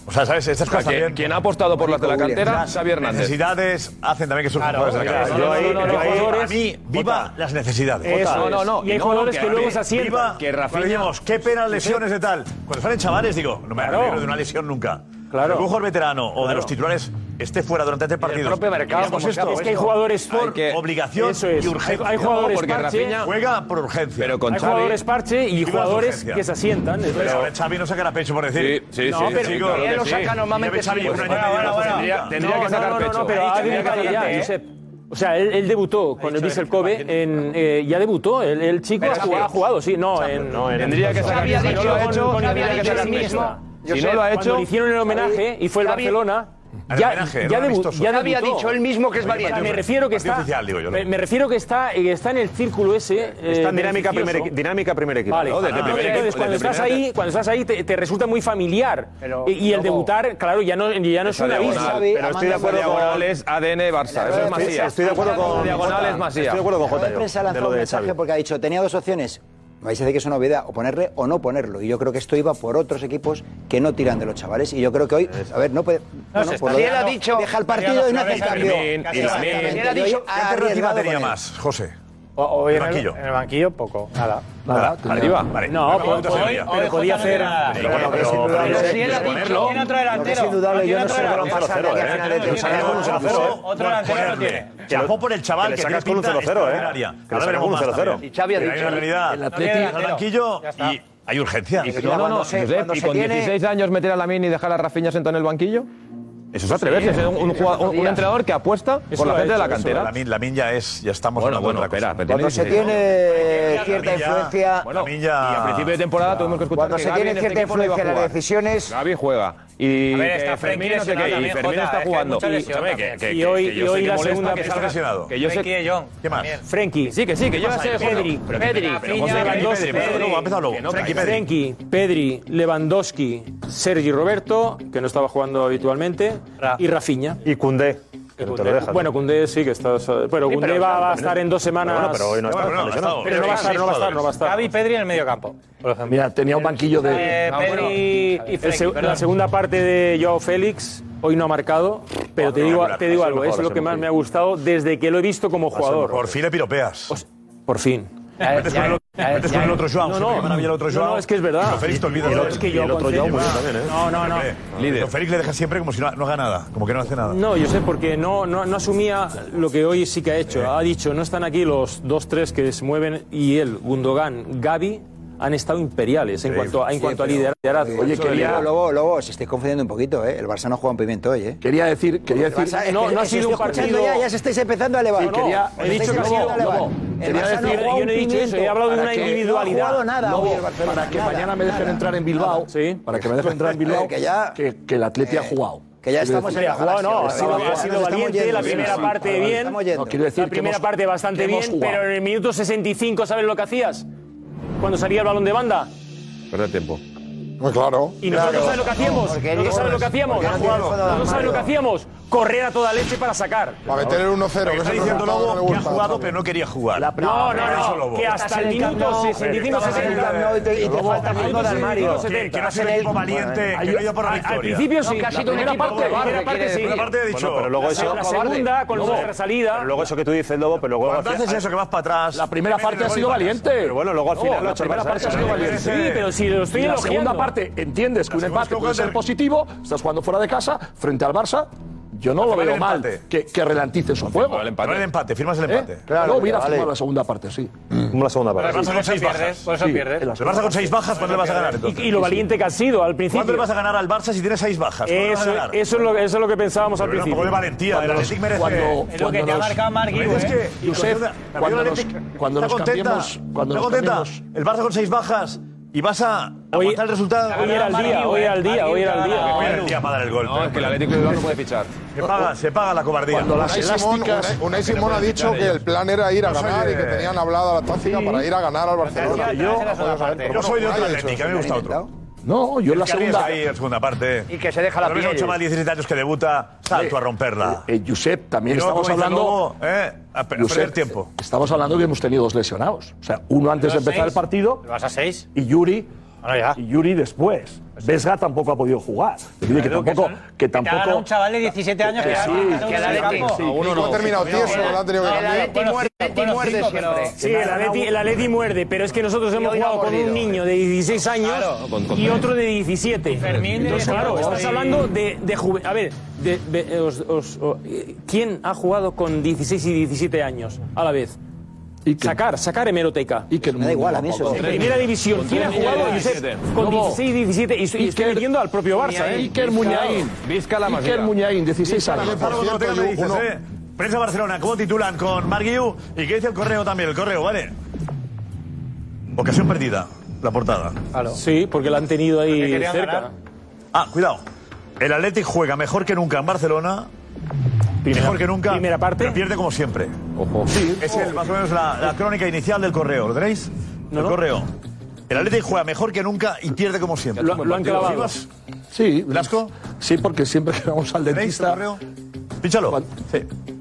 O sea, ¿sabes? Estas cosas quien, también. quien ha apostado por las de la cantera, Las Xavi Hernández. necesidades hacen también que surjan Claro, jugadores de la claro, cantera. no, no, no, no, no, ahí, jugadores- para mí, viva las necesidades. Eso Jota, es. No, no, no, Y hay no, jugadores que que luego Rafi- se asientan. viva- que que Rafinha- decíamos, qué pena lesiones de tal. Cuando salen chavales, digo, no me Claro. alegro de una lesión nunca. Claro. Pero que un jugador veterano o de los titulares esté fuera durante este partido. propio mercado, Miramos como esto, se ha esto. Es que hay jugadores por obligación Eso es. y urgencia. Hay- hay jugadores porque parche. Rafinha juega por urgencia. Pero con Hay Xavi- jugadores parche y Viva las jugadores urgencias. que se asientan. es Pero verdad. Xavi no saca a pecho por decir. Sí, sí, No, sí, pero sí, claro que lo sí. saca normalmente Xavi sí. Pues un año y medio de la Tendría- tendría que sacar pecho. pero Ahí ha tendría habido que calidad, sacar pecho, ¿eh? Josep. O sea, él, él debutó con el Vissel Kobe, en, eh, ya debutó, el, el chico Pero ha jugado, Champions. ha jugado, sí, no, en, no en- Tendría que sacar- Xavi ha Si no dicho, lo ha ha hecho, con- Xavi ha tendría que dicho sacar sí la mismo. misma. Yo Si sé, no lo ha cuando hecho, eh, le hicieron el homenaje y fue el Xavi- Barcelona. El homenaje, era debu- amistoso. ya Xavi ha debutó. dicho él mismo que es Partido valiente. Me refiero que Partido está, oficial, digo yo, ¿no? me, me refiero que está, eh, está en el círculo ese. Está eh, en dinámica beneficioso. primer, equi- dinámica primer equipo. Vale, ¿no? Desde Ah, primer entonces, equipo, cuando, desde estás primer- ahí, cuando estás ahí te, te resulta muy familiar. y, y el debutar, claro, ya no, ya no es Esa una diagonal. vista. Pero estoy de acuerdo con- Diagonales, ADN Barça. Eso es Masía. Estoy de acuerdo con Diagonales Masía. Estoy de acuerdo con La rueda Jota. de yo, prensa de lanzó lo un de mensaje Xavi. porque ha dicho, tenía dos opciones. Me vais a decir que es una novedad, o ponerle o no ponerlo. Y yo creo que esto iba por otros equipos que no tiran de los chavales. Y yo creo que hoy, a ver, no puede... bueno, se por está lo- viendo. Si él ha dicho- Deja el partido y no hace Gabriel, cambio. Gabriel, Gabriel, Exactamente. Gabriel. Si él ha Y hoy ha dicho- ¿Qué alternativa arriesgado tenía con él. más, José? Hoy en, El el, banquillo. en el banquillo, poco, nada. Nada, arriba. Vale. No, Pero pero, ¿cuánto se veía? pero Hoy podía Jota no hacer. tiene eh, nada. Pero bueno, pero- pero si él ha dicho- No tiene otro delantero. Lo que es indudable, No tiene yo no otro sé cómo lo han delantero. pasado, ¿eh? No tiene Nos otro sacamos un delantero. 0-0. Otro delantero no tiene. Que Se lo- bajó por el que chaval le que, sacas tiene con un pinta 0-0, ¿eh? extraordinaria. Que le Ahora sacas veremos con un más 0-0. también. Y Xavi ha Pero dicho- Hay una realidad. El Atleti- Al banquillo y hay urgencia. Y, no, no, no, Josep, ¿y con 16 años meter a la mini y dejar a Rafinha sentado en el banquillo? Eso es atreverse, es un, un jugador- un- un entrenador que apuesta por la gente de la cantera. La min, la min ya es, ya estamos Bueno, hablando de bueno, otra espera, pero cosa. Cuando tiene se eh. tiene 16 años. La cierta Milla- influencia. la Milla- Y a principio de temporada tuvimos que escuchar Cuando que se Gavi tiene en este cierta equipo no iba a influencia en las jugar. decisiones. Gavi juega. Y A ver, que está Frenkie Fermín no sé lesionado qué, y también, Fermín Jota, está es que hay jugando. mucha lesión Escúchame, también. que- que- Y hoy- que yo y sé hoy que la molesta segunda que que salga- está lesionado. Que yo sé Frenkie de Jong ¿Qué más? Frenkie. Sí, que sí, que yo Pasa sé de de juego. Pedri, Pero que- Pedri, pero Pedri, José, que- Lewandowski, Pedri, Pedri, vamos a empezar luego. Que no, Frenkie, calla. Pedri. Frenkie, Pedri, Lewandowski, Sergi Roberto, que no estaba jugando habitualmente, y Rafinha. Y Cundé. Bueno, Cundé sí que está. Pero Sí, Cundé va, pero también a es- estar en dos semanas. Pero bueno, pero hoy no está, Pero está lesionado. no va a estar, no va a estar, no va a estar. Gavi y Pedri en el medio campo. Mira, tenía un banquillo de. Eh, Pedri y Frenkie, el se- la segunda parte de Joao Félix hoy no ha marcado, Ah, pero te digo, regular, te digo va a ser algo, mejor, es va a lo ser que más mejor. me ha gustado desde que lo he visto como jugador. Pues, Por fin le piropeas. Por fin. Metes con el otro- metes con el otro Joao, No, siempre no, que van a ver el otro no, Joao. no, es que es verdad. Pero Félix te olvidas Y el de otro- él. es que yo Y el otro con Joao Félix- muy bien también, ¿eh? No, no, no. Líder. Pero Félix le deja siempre como si no, no haga nada, como que no hace nada. No, yo sé, porque no, no, no asumía lo que hoy sí que ha hecho. Ha dicho, no están aquí los dos, tres que se mueven y él, Gundogan, Gaby, han estado imperiales en cuanto a, en Sí, cuanto a pero- liderazgo. Oye, quería... Lobo, Lobo, se estáis confundiendo un poquito, ¿eh? El Barça no juega un pimiento hoy, ¿eh? Quería decir, quería El decir- Barça- es No, que- no ha este es sido que un estoy partido- escuchando Ya, ya se estáis empezando a elevar. No, no, quería- Os he estáis dicho que ha sido- empezando a elevar. Lobo, El quería Barça no decir- juega yo un no he dicho eso, pimiento. he hablado de Para una que- individualidad. No ha jugado nada Lobo, hoy el Barcelona. para que nada, mañana me dejen nada. Eh, entrar en Bilbao, para que me dejen entrar en Bilbao, Que ya- eh, que, que el Atleti ha jugado. que ya Quiero estamos decir- en la galaxia, No, ha Sí, sido, vamos, ha sido nos estamos valiente, yendo, la sí, primera sí, parte vale, vale, bien. estamos yendo. No, quiero la decir que primera hemos- parte que bastante bien, hemos jugado. pero en el minuto 65, ¿sabes lo que hacías? Cuando salía el balón de banda. Perder tiempo. Pues claro. Y nosotros sabes lo que hacíamos. porque nosotros no sabes lo que corres, hacíamos. porque no tienes fuera de Nosotros sabes armario. lo que hacíamos. Correr a toda leche para sacar. Para meter el 1-0. que Está es el diciendo resultado Lobo que le que ha gusta. jugado pero no quería jugar. No, no, Eso, no, Lobo. que hasta el minuto 65, Estabas en el Camp Nou 65. y te- y te falta Al fondo de minuto armario. 70. Que- que no ha sido un equipo valiente, Bueno, que al- no ha ido por la al- Al victoria. principio No, sí, que la ha sido un primera equipo parte, la cobarde, primera parte quiere sí. decir. La parte he dicho. pero luego La- eso- la segunda con Lobo, nuestra salida. pero luego eso que tú dices, Lobo, pero luego... Cuando al final- haces eso que vas para atrás... La primera parte ha sido valiente. Pero bueno, luego al No, final... lo ha la hecho el primera Barça, parte ha ¿eh? sido valiente. Sí, pero si lo estoy Y la elogiando. segunda parte entiendes que un segunda empate puede jugada- ser positivo, estás jugando fuera de casa frente al Barça. Yo no lo Vale el veo mal empate. que, que ralentice su juego. ¿Eh? Vale, el empate, firmas el empate. Claro, no hubiera firmado la segunda parte, sí. Como la segunda El parte. Barça con seis bajas. por eso Sí, pierdes. El Barça con seis bajas, ¿cuándo le vas a ganar? Y, y lo valiente que has sido al principio. ¿Cuándo le vas a ganar al Barça si tiene seis bajas? ¿Cuándo le vas a Eso, ganar? eso, es lo, eso es lo que pensábamos al Pero principio. un poco de valentía, el Atlético merece. Es lo que te ha marcado Marc Guiu, Es que, ¿eh? Josep, cuando la nos- Atlético cuando está nos contenta, cambiemos- cuando está nos contenta. cambiemos. El Barça con seis bajas y vas a aguantar el resultado. Hoy era el día, hoy era ¿eh? el día, hoy era el día. Hoy era el día para dar el gol. Oh, No, es que el Atlético de Bilbao no puede fichar. Se paga, se paga la cobardía. Cuando las Simón, elásticas- Unai que no Simón ha pueden dicho quitar que ellos. el plan era ir a Yo soy ganar y que de- tenían hablada la táctica para ir a ganar al Barcelona. Yo, pero yo soy bueno, nadie de otra ha hecho Atlética, a mí me eso. gusta otro. No, yo en El la que arriesga segunda. Ahí, en la segunda parte. Y que se deja la Lo mismo un piel. chaval de 17 años que debuta, salto a romperla. Eh, Josep, también Y luego, estamos como dice hablando. Lobo, eh, a pe- a Josep, perder tiempo. Estamos hablando que hemos tenido dos lesionados. O sea, uno antes de Los empezar seis. el partido Vas a seis. y Yuri. Y Yuri después. Vesga tampoco ha podido jugar. Es decir, que tampoco. Que Te ha ganado tampoco. un chaval de 17 años que, que sí, gana que un el Atleti- campo. sí. Ninguno no. ha terminado tieso, lo han tenido que cambiar. Bueno, muerde, cinco, Atleti bueno, muerde cinco, siempre. pero- Sí, el Atleti, el Atleti muerde, pero es que nosotros hemos hoy lo ha jugado con un mordido. niño de 16 años con- con y Fermín. otro de 17. Fermín de Entonces, 19. claro, estás Sí. hablando de, de juve- A ver, de- de- eh, os- os- o- eh, ¿quién ha jugado con 16 y 17 años a la vez? Sacar, sacar hemeroteca. Y que me da igual a mí eso. En primera división, ¿quién ha jugado Josep, con 16 y 17? Y, estoy- y estoy metiendo al propio Barça, ¿eh? Iker Muñain. Vizca la Iker Masía. Muñain, 16 Vizca la años. Masía. Por cierto, Ortega yo me dices, uno- ¿eh? Prensa Barcelona, ¿cómo titulan con Marguiu? ¿Y qué dice el correo también? El correo, ¿vale? Ocasión perdida, la portada. Sí, porque la han tenido Porque ahí querían cerca. ganar. Ah, cuidado. El Athletic juega mejor que nunca en Barcelona. mejor que nunca. Primera parte. Pero pierde como siempre. Ojo. Sí, es el- más o menos la, la crónica inicial del correo. ¿Lo tenéis? el correo. El Athletic juega mejor que nunca y pierde como siempre. Lo- lo han clavado. Sí. ¿Blasco? Sí, porque siempre que vamos al dentista. Píchalo.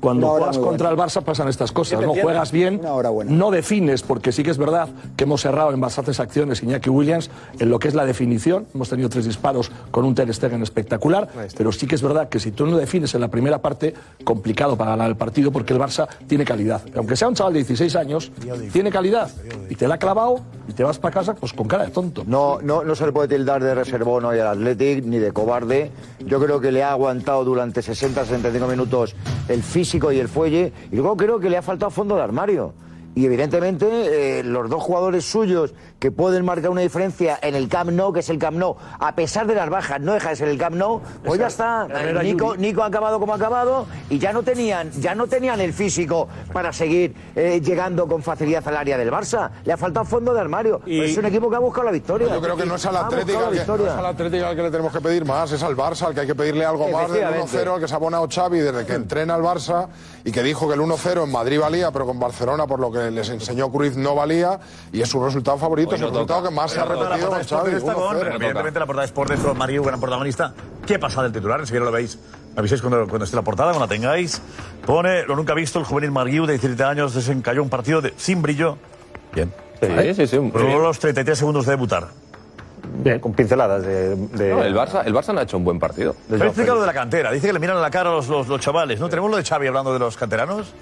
Cuando Una hora juegas muy contra el Barça pasan estas cosas, Siete ¿no? piernas. Juegas bien, no defines, porque sí que es verdad que hemos cerrado en bastantes acciones Iñaki Williams en lo que es la definición. Hemos tenido tres disparos con un Ter Stegen espectacular, pero sí que es verdad que si tú no defines en la primera parte, complicado para ganar el partido porque el Barça tiene calidad. Aunque sea un chaval de 16 años, tiene calidad y te la ha clavado y te vas para casa pues con cara de tonto. No, no, no se le puede tildar de reservón hoy al Athletic ni de cobarde. Yo creo que le ha aguantado durante 60-65 minutos el físico y el fuelle. Y luego creo que le ha faltado fondo de armario. Y evidentemente eh, los dos jugadores suyos que pueden marcar una diferencia en el Camp Nou, que es el Camp Nou, a pesar de las bajas, no deja de ser el Camp Nou, pues ya está. Herrera, Nico, Yuri. Nico ha acabado como ha acabado y ya no tenían, ya no tenían el físico para seguir eh, llegando con facilidad al área del Barça. Le ha faltado fondo de armario. Pero es un equipo que ha buscado la victoria. Yo creo que no es al Ha buscado Atlético, la al que, no victoria. es al Atlético al que le tenemos que pedir más, es al Barça al que hay que pedirle algo más del Efectivamente. 1-0 al que se ha abonado Xavi desde que entrena al Barça y que dijo que el 1-0 en Madrid valía, pero con Barcelona por lo que les enseñó Cruz no valía y es su resultado favorito, es el resultado que más se ha repetido La con portada Xavi. de Sport está con- 1-0. Evidentemente la portada de Sport es con Mario, gran protagonista. ¿Qué pasa del titular? Enseguida lo veis. Me avisáis cuando, cuando esté la portada, cuando la tengáis. Pone, lo nunca visto, el juvenil Mariu de 17 años desencalló un partido de- sin brillo. Bien. Sí, sí, sí, un- Probó los 33 segundos de debutar. Con pinceladas de. de- No, el, Barça, el Barça no ha hecho un buen partido. Pero explica lo de la cantera. Dice que le miran a la cara a los, los, los chavales, ¿no? ¿Tenemos lo de Xavi hablando de los canteranos?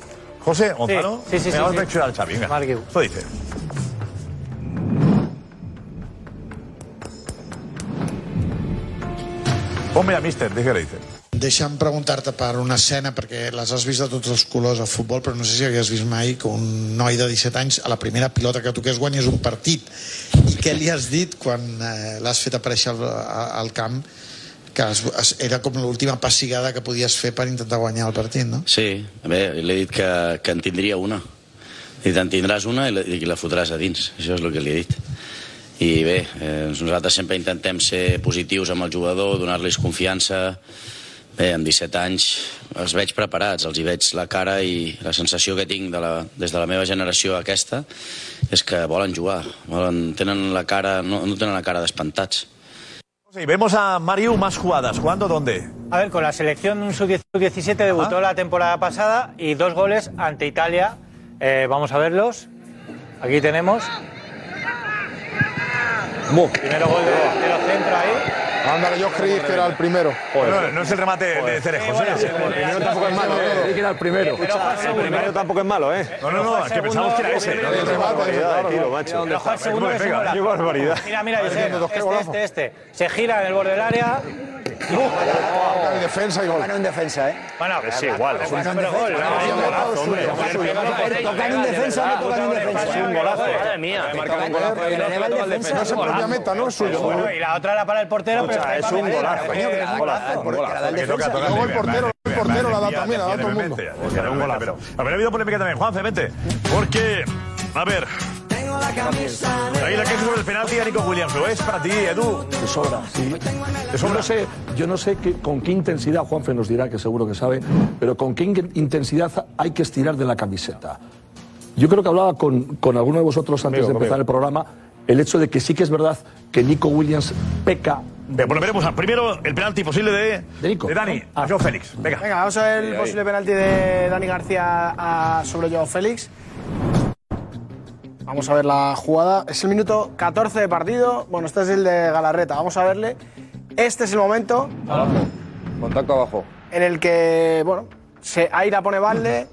José, Gonzalo. sí, sí, sí, Venga, Vamos a sí. mencionar al Xavi. venga. Esto dice. Ponme a Mister, dice que le dice. Deixa'm preguntar-te per una escena, perquè les has vist de tots els colors al futbol, però no sé si havies vist mai que un noi de 17 anys, a la primera pilota que toqués guanyés un partit. I què li has dit quan eh, l'has fet aparèixer al, a- al camp? Que es, es, era com l'última passigada que podies fer per intentar guanyar el partit, no? Sí, bé, li he dit que, que en tindria una. I te'n tindràs una i la, i la fotràs a dins. Això és el que li he dit. I bé, eh, nosaltres sempre intentem ser positius amb el jugador, donar-los confiança. Bé, amb 17 anys els veig preparats, els hi veig la cara i la sensació que tinc de la, des de la meva generació a aquesta és que volen jugar, volen, tenen la cara, no, no tenen la cara d'espantats. Sí, vemos a Mario más jugadas. ¿Cuándo? ¿Dónde? A ver, con la selección sub-17 debutó la temporada pasada y dos goles ante Italia. Eh, vamos a verlos. Aquí tenemos. Primero gol de, de los centros ahí. Ándale, yo creí que era el primero. No, no es el remate de- de Cerejo. ¿eh? El primero tampoco es malo. ¿eh? Creí que era el primero. El primero tampoco es malo, ¿eh? No, no, no, es que pensamos que era ese. No, Qué barbaridad, de tiro, macho. Pero Juan, segundo Qué que se mola. barbaridad. Mira, mira, Josep, este, este, este. Se gira en el borde del área. En defensa y gol. Bueno, en defensa, ¿eh? Bueno, Es igual, es un gran pero gol. defensa. ¿no? Es un golazo, hombre. Tocar en defensa no tocar en defensa. Es un golazo. Madre mía. No es propia meta, ¿no? Es suyo. Bueno, y la otra la para el portero, pero está ahí para Medina. ¿eh? Coño, que la- Que toca, toca. Luego el portero, el portero la da también, la da todo el mundo. Clemente, o sea, un golazo. Pero, a ver, ha habido polémica también, Juan, vente. Porque, a ver. Ahí la que sobre el penalti a Nico Williams. ¿Lo es para ti, Edu? Te sobra, sí. Yo no sé, yo no sé qué- con qué intensidad, Juanfe nos dirá que seguro que sabe, pero con qué in- intensidad hay que estirar de la camiseta. Yo creo que hablaba con, con alguno de vosotros antes Conmigo, de empezar el programa el hecho de que sí que es verdad que Nico Williams peca. Bien, volveremos a. ah, Primero, el penalti posible de. De Dani. A Joe Félix. Venga. Venga, vamos a ver Sí, el ahí. posible penalti de Dani García a- sobre Joao Félix. Vamos a ver la jugada. Es el minuto 14 de partido. Bueno, este es el de Galarreta. Vamos a verle. Este es el momento Contacto abajo. en el que, bueno, se, ahí la pone balde.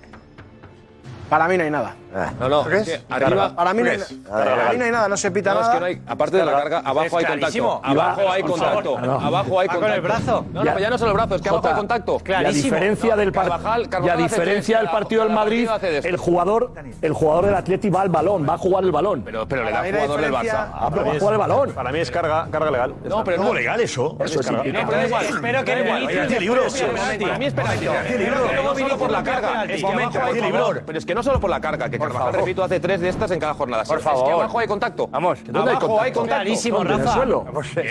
Para mí no hay nada. Ah, No, no. ¿Tres? es que Arriba, Para mí no hay, tres. ahí no hay nada, no se pita No, es nada. que no hay, aparte de la carga, abajo hay contacto. Abajo Ah, hay contacto. Ah, Abajo hay contacto. No, no, ya no solo el brazo, es que abajo hay contacto. Y a diferencia del, par- Carvajal- y a Carvajal hace diferencia del tres, partido del Madrid, Carvajal hace de esto. el jugador, el jugador del Atleti va al balón, va a jugar el balón. Pero, pero le da Para mí la jugador del diferencia- Barça. Ah, pero va a jugar el balón. Para mí es carga, carga legal. No, pero ¿Cómo no. legal eso. Eso es sí. carga. No, No, pero da da igual. igual. Espero que Da el igual. ministro- Tiene libros. Espera, espera, espera. Para mí es penalti. Tiene libros. Pero no solo por la Tiene carga. libros. Es que abajo hay Tiene favor. libros. Pero es que no solo por la carga, que Carvajal, favor. repito, hace tres de estas en cada jornada. Por Es que favor. abajo hay contacto. Vamos. ¿Dónde hay Abajo hay contacto? contacto. Clarísimo, ¿Dónde? Rafa. Que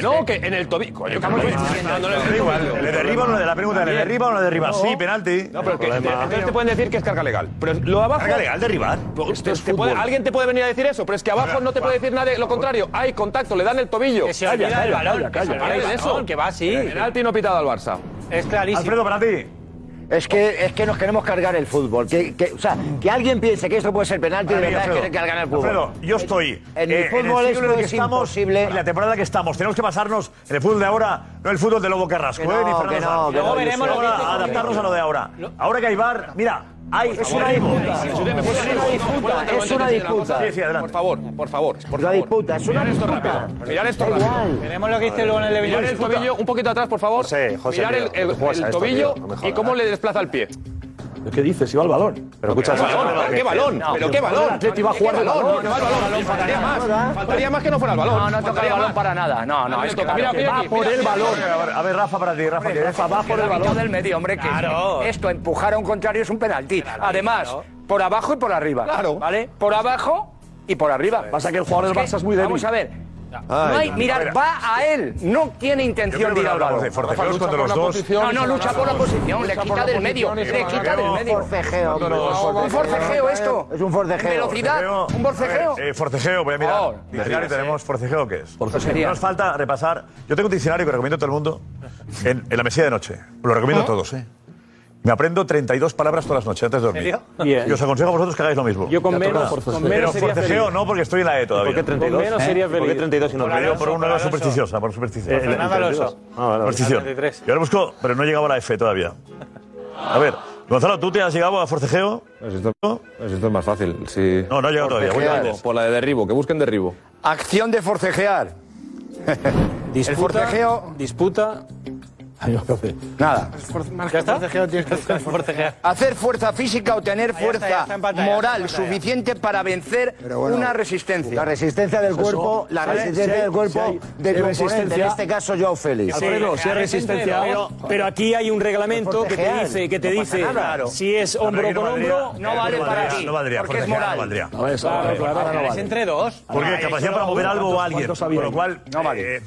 no, pues, que en el tobillo. Coño, Carlos, no, no, no, no, no, no, ¿Le derriba o no le la pregunta? ¿Le Bien. derriba o no le derriba? No. Sí, penalti. No, pero que, Problema. entonces te pueden decir que es carga legal. Pero lo de abajo. Pues, ¿Carga legal derribar? Te- te puede- alguien te puede venir a decir eso, pero es que abajo Pero, no te va. puede decir nadie lo contrario. Hay contacto, le dan el tobillo. Que se olvida Calla, el calla, balón, calla, que se calla. olvida Aparte el de balón, eso, que va así. Penalti no pitado al Barça. Es clarísimo. Alfredo, para ti. Es que, es que nos queremos cargar el fútbol. Que, que- o sea, que alguien piense que esto puede ser penalti, de Para mí, verdad es Alfredo. querer cargar el fútbol. Alfredo, yo estoy. en el fútbol siglo en esto el que es estamos, imposible. Y la temporada que estamos. Tenemos que basarnos en el fútbol de ahora, no el fútbol de Lobo Carrasco. Que no, ¿eh? Ni Fernando que no, Sanz. que no, Ahora veremos lo que dice Jorge. adaptarnos a lo de ahora. Ahora que hay bar, mira, hay, es una disputa. Es una disputa. Es una disputa. Sí, sí, adelante. Por favor, por favor. Por La disputa, es una Mirar esto disputa. rápido. Mirar esto rápido. Veremos lo que dice luego en el de Mirar Villarreal. el tobillo un poquito atrás, por favor. José, Mirar tío, el, el- no juegas el a esto, tobillo tío, no me y jodas. cómo le desplaza el pie. ¿Qué dices? Iba al balón. Pero escucha, ¿Qué balón? ¿Pero qué balón? No. ¿Pero qué balón? El Atleti va a jugar ¿Qué de balón. No va al balón. Faltaría más. Faltaría más que no fuera al balón. No, no toca Faltaría el balón más. para nada. No, no, le es toca. claro Mira, que mira va aquí, por mira el aquí. balón. A ver, Rafa, para ti, Rafa. que Rafa va por el balón. del medio, hombre, que Claro. esto empujar a un contrario es un penalti. Además, por abajo y por arriba. Claro. ¿Vale? Por abajo y por arriba. Pasa que el jugador del que, Barça es muy débil. Vamos a ver. Ay, no hay, no, mirar, a ver. va a él. No tiene intención de ir al balón. contra los dos. No, no, lucha por la posición, le quita del medio, le quita del medio. Forcejeo, hombre. Un ¿eh? forcejeo esto. Es un forcejeo. Velocidad, un A forcejeo. ver, eh, forcejeo, voy a mirar. diccionario ¿eh? tenemos forcejeo, ¿qué es? Nos falta repasar. Yo tengo un diccionario que recomiendo a todo el mundo en, en la mesilla de noche. Lo recomiendo a todos, ¿eh? Me aprendo 32 palabras todas las noches antes de dormir. ¿En serio? Bien. Y os aconsejo a vosotros que hagáis lo mismo. Yo con Ya menos- toca. con menos Pero sería forcejeo feliz. no, porque estoy en la E todavía. ¿Y por qué 32? Con menos sería ¿Y por qué feliz. 32 y no Por 32? Alonso, Por una por edad Alonso. supersticiosa, por supersticiosa. Eh, Fernando el Alonso. 32. Ah, vale, vale. Superstición. Al 33. Yo lo busco, pero no llegaba a la F todavía. A ver, Gonzalo, ¿tú te has llegado a forcejeo? Esto, esto es más fácil. Si... No, no ha llegado todavía, voy Forcejeo, antes. Por la de derribo, que busquen derribo. Acción de forcejear. Disputa, el forcejeo. Disputa. Nada. ¿Ya está? Forcejeo. Hacer fuerza física o tener Ahí está, ya fuerza está en pantalla, moral ya está en pantalla. suficiente para vencer bueno, una resistencia. La resistencia del cuerpo, la resistencia del cuerpo de tu oponente, en este caso Joao Félix. Alfredo, si hay resistencia. Pero, pero aquí hay un reglamento que te dice, que te dice si es hombro con hombro. no vale para ti. No valdría, porque es moral. No valdría. A ver, eso, a ver, claro, no vale. entre dos. Porque Ay, capacidad solo para mover uno. algo o a alguien. ¿Cuántos Con había? lo cual, eh,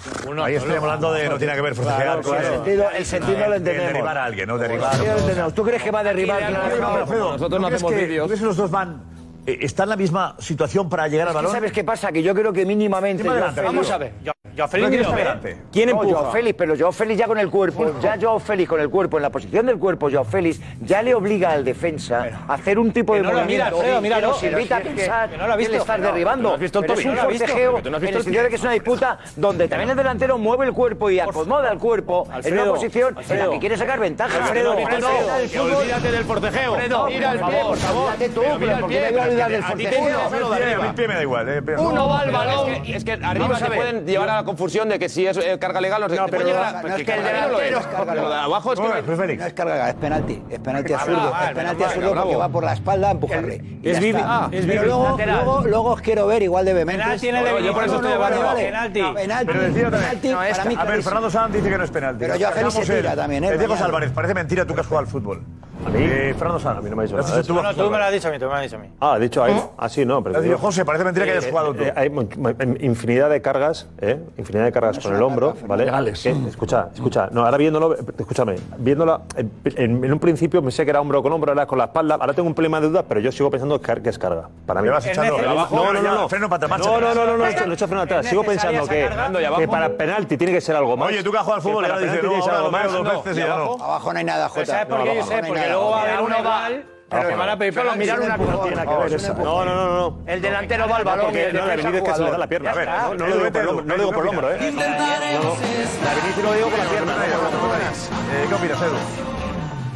ahí estoy hablando de no tiene que ver forcejear. Eh, Claro, claro. El sentido- el sentido lo de entendemos. Derribar a alguien, ¿no? Derribar. Sí, entendemos. ¿Tú crees que va a derribar? No, pero, No, Alfredo, nosotros no crees hacemos que- vídeos. ¿no crees que los dos van, eh, están en la misma situación para llegar al Es que balón? ¿Sabes qué pasa? Que yo creo que mínimamente. Sí, más Joao adelante, Félix- vamos a ver. Yo, yo a Félix No, ni lo Joao ve. Félix. ¿Quién empuja? No, Joao Félix, pero Joao Félix ya con el cuerpo. Ya Joao Félix con el cuerpo, en la posición del cuerpo, Joao Félix ya le obliga al defensa a hacer un tipo Que de no lo mira, movimiento Alfredo, míralo. que nos invita a Pero si es que- pensar que no lo ha que le visto. estás No, derribando. no has visto el Pero es tobillo, un no lo has visto. forcejeo Pero tú no has en visto el el sentido de que es una disputa donde también el delantero mueve el cuerpo y acomoda el cuerpo en Alfredo, una posición en Alfredo. la que quiere sacar ventaja. Alfredo, Pero Alfredo, olvídate del que fútbol. olvídate del forcejeo. Alfredo, Mira el por pie, favor, por favor. olvídate tú, Pero mira el porque pie, te voy a olvidar del a ti te forcejeo. queda solo de arriba. El pie me da igual. eh, pero- No, no. pero es que- Es que arriba Vamos a se ver. pueden llevar a la confusión de que si es eh, carga legal, no sé No, te puede pero llegar no, a- no es que que el carga legal no lo delantero es. es carga Lo de legal. abajo es que no hay- No es carga, es penalti. Es penalti Ah, absurdo. vale, Es penalti vale, absurdo porque bravo. va por la espalda a empujarle. Y Es ya Vivi- está. ah, es Pero Vivi. luego, Lateral. luego, luego os quiero ver igual de vehementes. Penalti en el de No, Vinicius. no, No, no, no, vale. penalti. No, penalti. Pero decía también- penalti, No, para esta- mí a ver, clarísimo. Fernando Sanz dice que no es penalti. Pero yo a Félix Hagamos se tira el- también, ¿eh? Decía José Mañana. Álvarez, parece mentira tú que has jugado al fútbol. ¿A mí? Eh, Fernando Sanz. A mí no me ha dicho Lo has nada. dicho tú, No, tú me lo has dicho a mí, tú me lo has dicho a mí. Ah, dicho ahí. Ah, sí, no. Pero Lo has te dicho, digo- José, parece mentira que hayas jugado tú. eh, hay mon- mon- infinidad de cargas, ¿eh? infinidad de cargas con el hombro, ¿vale? Que- escucha, escucha. No, ahora viéndolo, eh, escúchame, viéndola, en, en- en un principio pensé que era hombro con hombro, era con la espalda. Ahora tengo un problema de dudas, pero yo sigo pensando que car- que es carga. Para mí. Me vas echando. Pero abajo- No, no, no, no. Freno para marcha. No, no, no, no, no, esto- no echo freno atrás. ¿Es Sigo necesaria pensando esa que, carga? Y que abajo. para penalti tiene que ser algo más. Oye, tú que has jugado al fútbol, para ahora dices, penalti no, tiene que ser ahora algo lo veo más. dos No, veces y y ya no. abajo. Abajo no hay nada, Pero Jota. ¿Sabes por No, qué yo abajo sé? no hay Porque nada. luego va a haber Abajo uno no hay nada. igual, pero que van a pedir Pero penalti. mirar una cosa. No, no, no, no. El delantero va al balón y el No, la defensa Benítez que se le da jugador. la pierna. Ya A ver, está. no, no lo digo por el hombro, no lo digo por el hombro, ¿eh? No, no. La Benítez no lo digo por la pierna. no, no, no, no. Eh, ¿Qué opinas, Edu?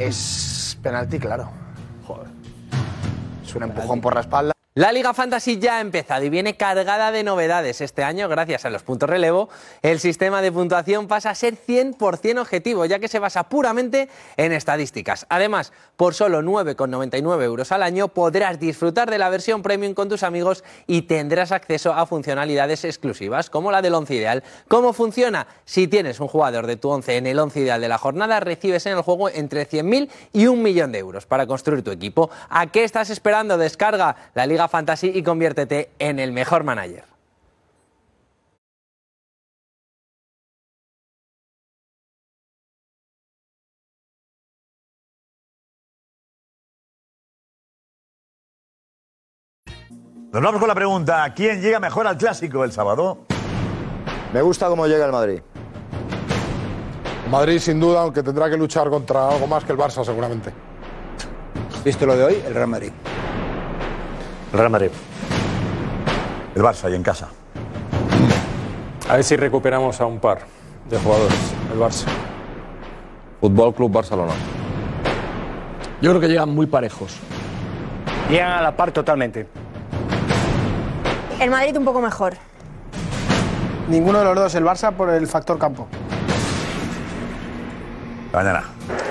Es penalti, claro. Joder. Es un empujón por la espalda. La Liga Fantasy ya ha empezado y viene cargada de novedades. Este año, gracias a los puntos relevo, el sistema de puntuación pasa a ser 100% objetivo, ya que se basa puramente en estadísticas. Además, por solo 9,99 euros al año podrás disfrutar de la versión premium con tus amigos y tendrás acceso a funcionalidades exclusivas, como la del once ideal. ¿Cómo funciona? Si tienes un jugador de tu once en el once ideal de la jornada, recibes en el juego entre 100.000 y un millón de euros para construir tu equipo. ¿A qué estás esperando? Descarga la Liga Fantasy y conviértete en el mejor manager. Nos vamos con la pregunta, ¿quién llega mejor al clásico el sábado? Me gusta cómo llega el Madrid. Madrid, sin duda, aunque tendrá que luchar contra algo más que el Barça, seguramente. ¿Viste lo de hoy? El Real Madrid. El Real Madrid. El Barça y en casa. A ver si recuperamos a un par de jugadores. El Barça. Fútbol Club Barcelona. Yo creo que llegan muy parejos. Llegan a la par totalmente. El Madrid un poco mejor. Ninguno de los dos, el Barça por el factor campo. Mañana.